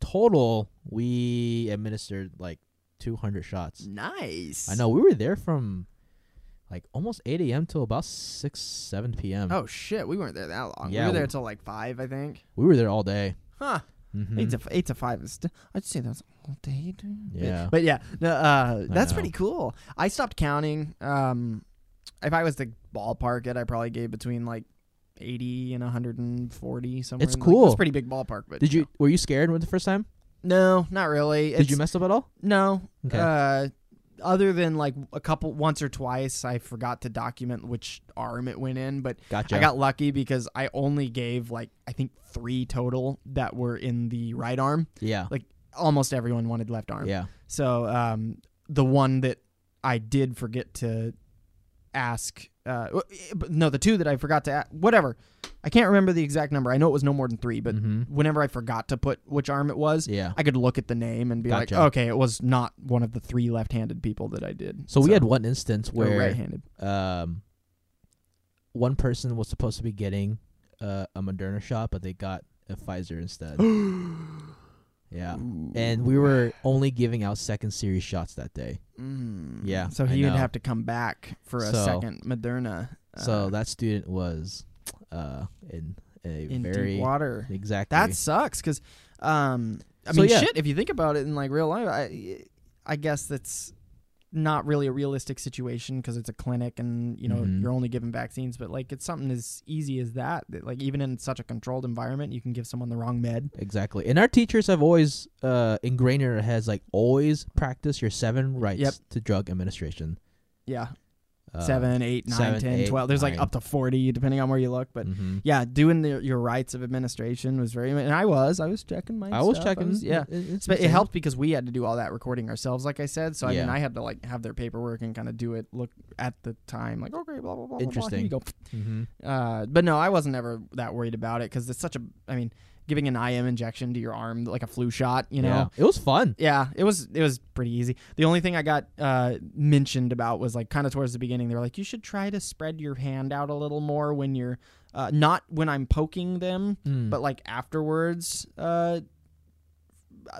total, we administered like two hundred shots. Nice. I know we were there from like almost eight a.m. till about six seven p.m. Oh shit, we weren't there that long. Yeah, we were there we- until like five, I think. We were there all day. Huh. Mhm. Eight to f- eight to five is. St- I'd say that's all day. dude. Yeah. But yeah, no, uh, that's know. pretty cool. I stopped counting. Um, if I was to ballpark it, I probably gave between like eighty and hundred and forty somewhere. It's in, like, it's cool. a pretty big ballpark. But Did you were you scared when the first time? No, not really. Did It's- you mess up at all? No. Okay. Uh, other than like a couple once or twice, I forgot to document which arm it went in, but Gotcha. I got lucky because I only gave like I think three total that were in the right arm. yeah. Like almost everyone wanted left arm. yeah. So um, the one that I did forget to ask, uh, w- but no, the two that I forgot to ask, whatever. I can't remember the exact number. I know it was no more than three, but Mhm. whenever I forgot to put which arm it was, Yeah. I could look at the name and be Gotcha. like, okay, it was not one of the three left-handed people that I did. So we had one instance or where right-handed. um, one person was supposed to be getting uh, a Moderna shot, but they got a Pfizer instead. yeah, and we were only giving out second series shots that day, Mm. Yeah, So I he would know. have to come back for a So- second Moderna. uh, so that student was uh, in a in very deep water. exactly That sucks because, um, I So, mean, yeah. shit. If you think about it in like real life, I, I guess that's not really a realistic situation because it's a clinic and you know Mhm. you're only given vaccines. But like, it's something as easy as that. That like even in such a controlled environment, you can give someone the wrong med. exactly. And our teachers have always uh, ingrained in our heads like always practice your seven rights Yep. to drug administration. Yeah, Uh, seven, eight, nine, ten, twelve. seven, eight, There's like nine. up to forty depending on where you look, but. mhm. Yeah, doing the, your rights of administration was very, and I was, I was checking my. I was stuff. checking. yeah, it- it's But it insane. helped because we had to do all that recording ourselves, like I said. So I mean, Yeah. I had to like have their paperwork and kind of do it, look at the time, like okay, blah blah blah. blah, Blah, here Interesting. you go. Mhm. Uh, but no, I wasn't ever that worried about it because it's such a. I mean, giving an IM injection to your arm, like a flu shot, you know? Yeah. it was fun. yeah it was it was pretty easy the only thing i got uh mentioned about was like kind of towards the beginning they were like you should try to spread your hand out a little more when you're uh, not when i'm poking them Mm. Mm. but like afterwards uh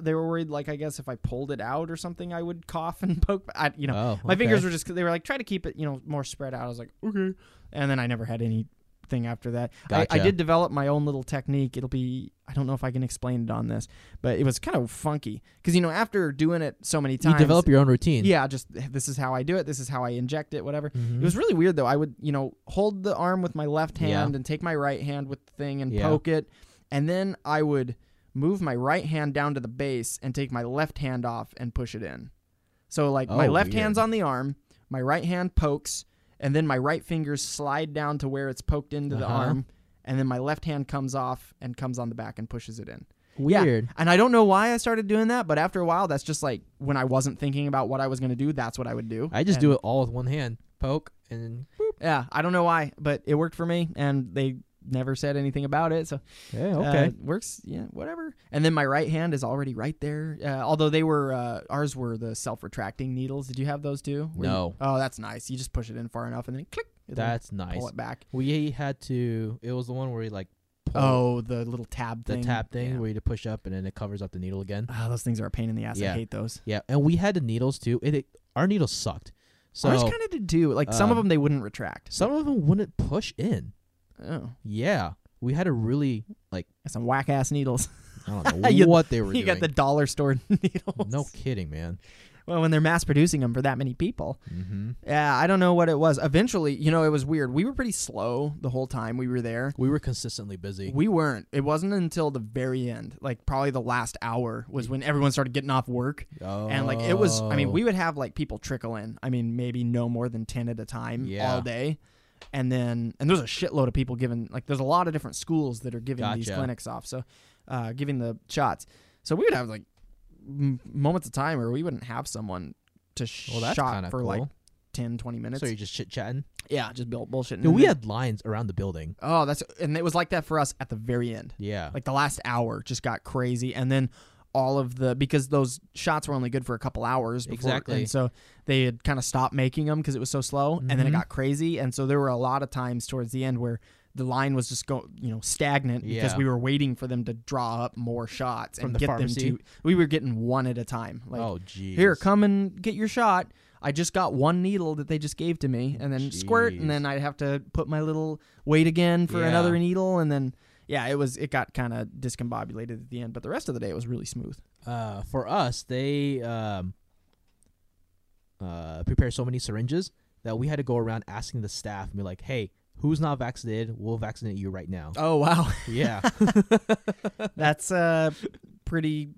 they were worried like i guess if i pulled it out or something i would cough and poke I, you know oh, my okay. fingers were just they were like try to keep it you know more spread out i was like okay and then i never had anything after that I, I Gotcha. did develop my own little technique it'll be i don't know if i can explain it on this but it was kind of funky because you know after doing it so many times You develop your own routine. yeah just this is how i do it this is how i inject it whatever Mhm. it was really weird though i would you know hold the arm with my left Yeah. hand and take my right hand with the thing and Yeah. poke it and then i would move my right hand down to the base and take my left hand off and push it in so like my Oh, left weird. hand's on the arm my right hand pokes and then my right fingers slide down to where it's poked into the Uh-huh. arm and then my left hand comes off and comes on the back and pushes it in yeah. Weird. and i don't know why i started doing that but after a while that's just like when i wasn't thinking about what i was going to do that's what i would do I just And- do it all with one hand. Poke and yeah, I don't know why, but it worked for me, and they never said anything about it. So yeah, uh, okay. it works. Yeah, whatever. And then my right hand is already right there. Uh, although they were uh, ours were the self retracting needles. Did you have those too? Where you- No. oh, that's nice. You just push it in far enough, and then click. it'll That's pull nice. it back. We had to. It was the one where you like pull Oh, the little tab the thing. tap thing Yeah. where you had to push up and then it covers up the needle again. Ah, those things are a pain in the ass. I Yeah. hate those. Yeah, and we had the needles too. It, it our needles sucked. So ours kind of did too. Like some of um, them they wouldn't retract. some of them wouldn't push in. Oh, Yeah, we had to really. some whack ass needles. I don't know You- what they were you doing. got the dollar store needles. no kidding, man. Well, when they're mass producing them for that many people. hmm Yeah, I don't know what it was. Eventually, you know, it was weird. We were pretty slow the whole time we were there. We were consistently busy. We weren't. It wasn't until the very end, like probably the last hour, was when everyone started getting off work. oh. And like it was, I mean, we would have like people trickle in. I mean, maybe no more than 10 at a time Yeah. all day. And then, and there's a shitload of people giving, like, there's a lot of different schools that are giving these Gotcha. clinics off. So, uh, giving the shots. So we would have like m- moments of time where we wouldn't have someone to well, that's shot kinda for cool. like 10, 20 minutes. Mm-hmm. So you're just chit chatting. Yeah, just bull- bullshit. Dude, And we then- had lines around the building. oh, that's and it was like that for us at the very end. Yeah. Like the last hour just got crazy, and then all of the because those shots were only good for a couple hours before, Exactly. and so they had kind of stopped making them because it was so slow, and then it Mhm. got crazy, and so there were a lot of times towards the end where the line was just go you know stagnant because Yeah. we were waiting for them to draw up more shots From and the get pharmacy? them to. We were getting one at a time. Like oh, jeez. here come and get your shot i just got one needle that they just gave to me and then squirt Jeez. and then i'd have to put my little wait again for Yeah. another needle and then yeah it was it got kind of discombobulated at the end but the rest of the day it was really smooth uh, for us, they um, uh, prepare so many syringes that we had to go around asking the staff and be like, "Hey, who's not vaccinated? We'll vaccinate you right now." oh wow yeah, that's uh pretty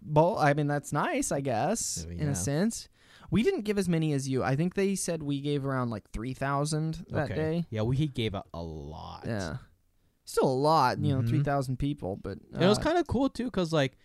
bold i mean that's nice i guess I mean, in yeah. a sense we didn't give as many as you i think they said we gave around like 3000 that okay. day Yeah, we he gave out a lot. yeah still a lot you know Mhm. 3000 people but And it was uh, kind of cool too, cause like,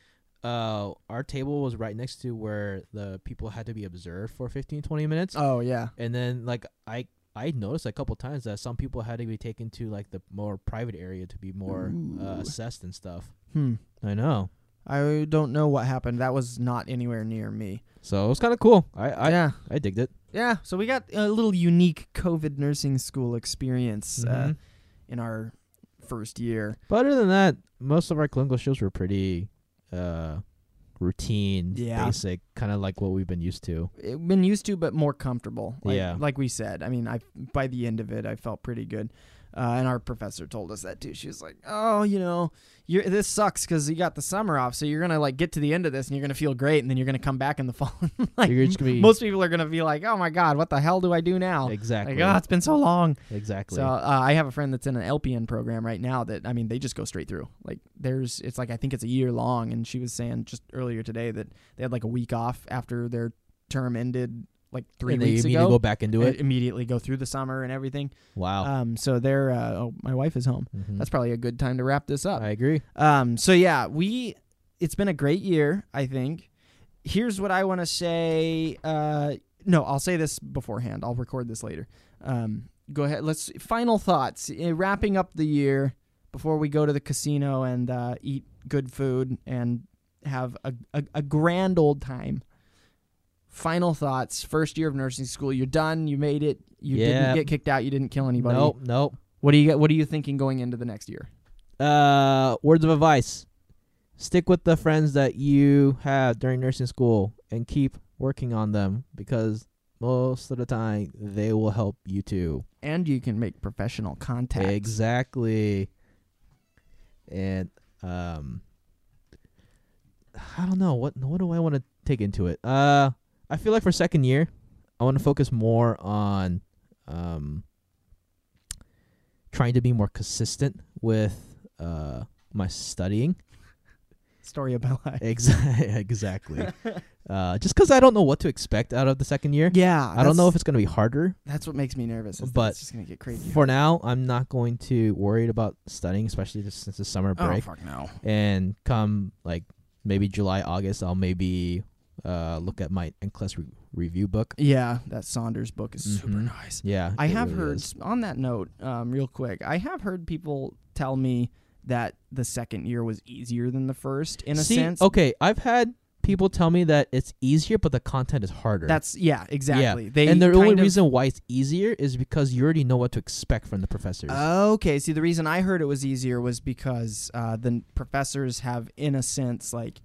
uh, our table was right next to where the people had to be observed for 15, 20 minutes, oh yeah and then like I. I noticed a couple times that some people had to be taken to like the more private area to be more uh, Ooh. assessed and stuff. hmm I know, I don't know what happened. That was not anywhere near me. so it was kind of cool. I I, yeah. I digged it. Yeah. So we got a little unique COVID nursing school experience uh, Mhm. in our first year. But other than that, most of our clinical shows were pretty uh, routine, Yeah. basic, kind of like what we've been used to. It, been used to, but more comfortable. Like, Yeah. Like we said, I mean, I by the end of it, I felt pretty good. Uh, and our professor told us that too. She was like, "Oh, you know, you're, this sucks because you got the summer off, so you're gonna like get to the end of this and you're gonna feel great, and then you're gonna come back in the fall. like You're just gonna be- most people are gonna be like, oh my god, what the hell do I do now? Exactly. Like, oh, it's been so long. Exactly. So uh, I have a friend that's in an LPN program right now that I mean they just go straight through. Like there's it's like I think it's a year long and she was saying just earlier today that they had like a week off after their term ended like 3 and then weeks you need ago. to go back into and it. immediately go through the summer and everything. Wow. Um so they're uh, oh my wife is home. Mhm. That's probably a good time to wrap this up. I agree. Um, so yeah, we it's been a great year, I think. Here's what I want to say. Uh, no, I'll say this beforehand. I'll record this later. Um, go ahead. Let's final thoughts. Uh, wrapping Eh, up the year. before we go to the casino and uh, eat good food and have a, a, a grand old time. Final thoughts. First year of nursing school. You're done. You made it. You Yeah. didn't get kicked out. You didn't kill anybody. Nope, nope. What do you get? What are you thinking going into the next year? Uh, words of advice: stick with the friends that you have during nursing school and keep working on them because most of the time they will help you too. And you can make professional contacts. Exactly. And um, I don't know what what do I want to take into it. Uh, I feel like for second year, I want to focus more on um trying to be more consistent with uh my studying. Story of my life. Exactly. exactly. uh, just because I don't know what to expect out of the second year. Yeah. I don't know if that's- it's going to be harder. that's what makes me nervous. Is But that it's just gonna get crazy. For now, I'm not going to worry about studying, especially just since the summer break. Oh, fuck no. and come like maybe July, August, I'll maybe uh, look at my NCLEX re- review book. Yeah, that Saunders book is super Mhm. nice. Yeah, I it have really heard is. on that note, um, real quick. I have heard people tell me that the second year was easier than the first in a See, sense. Okay, I've had people tell me that it's easier, but the content is harder. That's yeah, exactly. Yeah. They and the only kind of- reason why it's easier is because you already know what to expect from the professors. Uh, Okay, see the reason I heard it was easier was because uh, the n- professors have in a sense like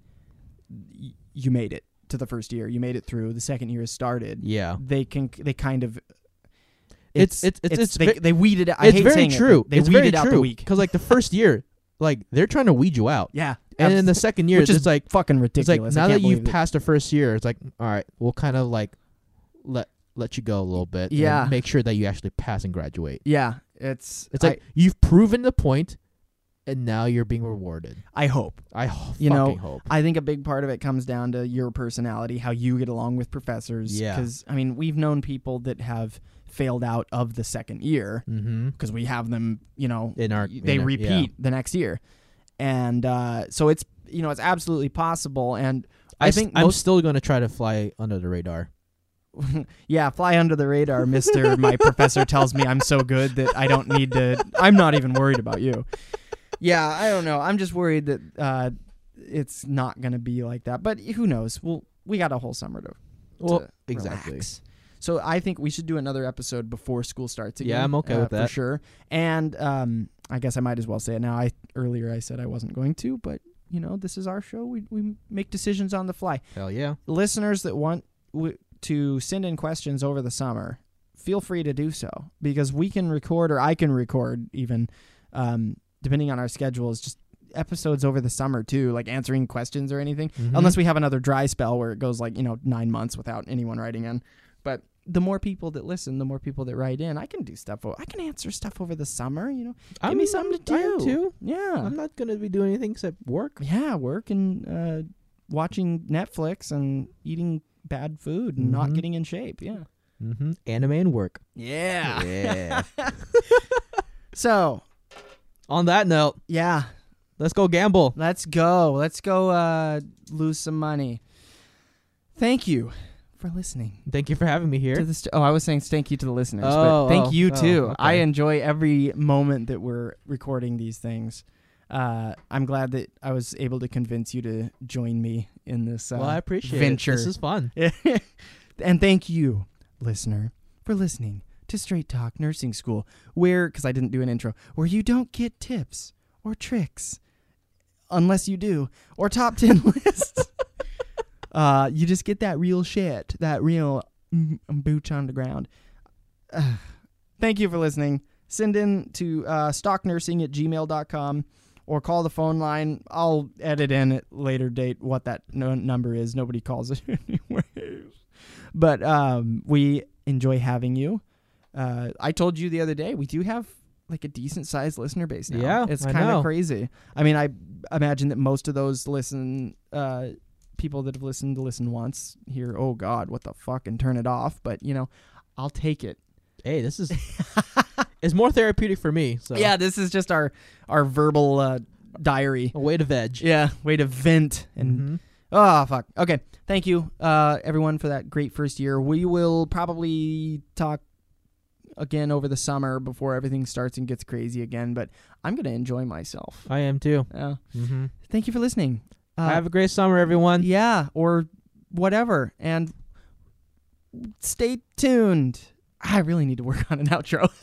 y- you made it to the first year, you made it through, the second year has started. yeah, They can they kind of It's- it's- it's- it's they, ve- they weeded out I it's hate very saying it, but true. they it's weeded very out true the weak. because like the first year, like they're trying to weed you out, Yeah. and in the abs- second year, which is it's like fucking It's like ridiculous. I now that can't you've believe it. passed the first year, it's like all right, we'll kind of like let let you go a little bit. and Yeah. make sure that you actually pass and graduate. Yeah, it's It's like you've proven the point, and now you're being rewarded. I, I hope. I ho- You fucking know, hope. I think a big part of it comes down to your personality, how you get along with professors. Yeah. Because I mean, we've known people that have failed out of the second year mm-hmm. because we have them. You know, In our they in our- repeat yeah. the next year, and uh, so it's you know it's absolutely possible. And I, I s- think I'm most still gonna try to fly under the radar. yeah, fly under the radar, Mister. My professor tells me I'm so good that I don't need to. I'm not even worried about you. Yeah, I don't know. I'm just worried that uh, it's not going to be like that. But who knows? We'll we got a whole summer to Well, to exactly. relax. So I think we should do another episode before school starts again. Yeah, I'm okay uh, with that. for sure. And um, I guess I might as well say it now. I earlier I said I wasn't going to, but you know this is our show. We we make decisions on the fly Hell yeah. listeners that want w- to send in questions over the summer, feel free to do so because we can record or I can record even, um, depending on our schedules, just episodes over the summer too, like answering questions or anything. Mm-hmm. Unless we have another dry spell where it goes like, you know, nine months without anyone writing in. But the more people that listen, the more people that write in, I can do stuff. o- I can answer stuff over the summer, you know? Mm-hmm. I'm, give me something to I am do. too. Yeah. I'm not gonna be doing anything except work. Yeah, work and uh, watching Netflix and eating bad food and not Mhm. getting in shape. Yeah. Mm-hmm. Anime and work. Yeah. Yeah. So, On that note, yeah, let's go gamble. let's go. Let's go uh, lose some money. Thank you for listening. Thank you for having me here. To the st- oh, I was saying thank you to the listeners, Oh, but thank oh, you oh, too. okay. I enjoy every moment that we're recording these things. Uh, I'm glad that I was able to convince you to join me in this. Uh, well, I appreciate venture. it. This is fun. and thank you, listener, for listening to Straight Talk Nursing School, where, because I didn't do an intro, where you don't get tips or tricks, unless you do, or top 10 lists. uh, you just get that real shit, that real mm, boots on the ground. Ugh. thank you for listening. Send in to uh, stocknursing at gmail.com or call the phone line. I'll edit in at later date what that no- number is. Nobody calls it anyways. But um, we enjoy having you. Uh, I told you the other day we do have like a decent sized listener base now. Yeah, it's I kind know. of crazy. I mean, I imagine that most of those listen uh, people that have listened to listen once hear, "Oh God, what the fuck," and turn it off. But you know, I'll take it. Hey, this is it's more therapeutic for me. So Yeah, this is just our our verbal uh, diary. a way to veg. Yeah, way to vent and Mhm. Oh fuck. Okay. Thank you, uh, everyone, for that great first year. We will probably talk. again over the summer before everything starts and gets crazy again. But I'm gonna enjoy myself. I am too. Uh, Mm-hmm. thank you for listening. Uh, Have a great summer, everyone. yeah, or whatever, and stay tuned. I really need to work on an outro.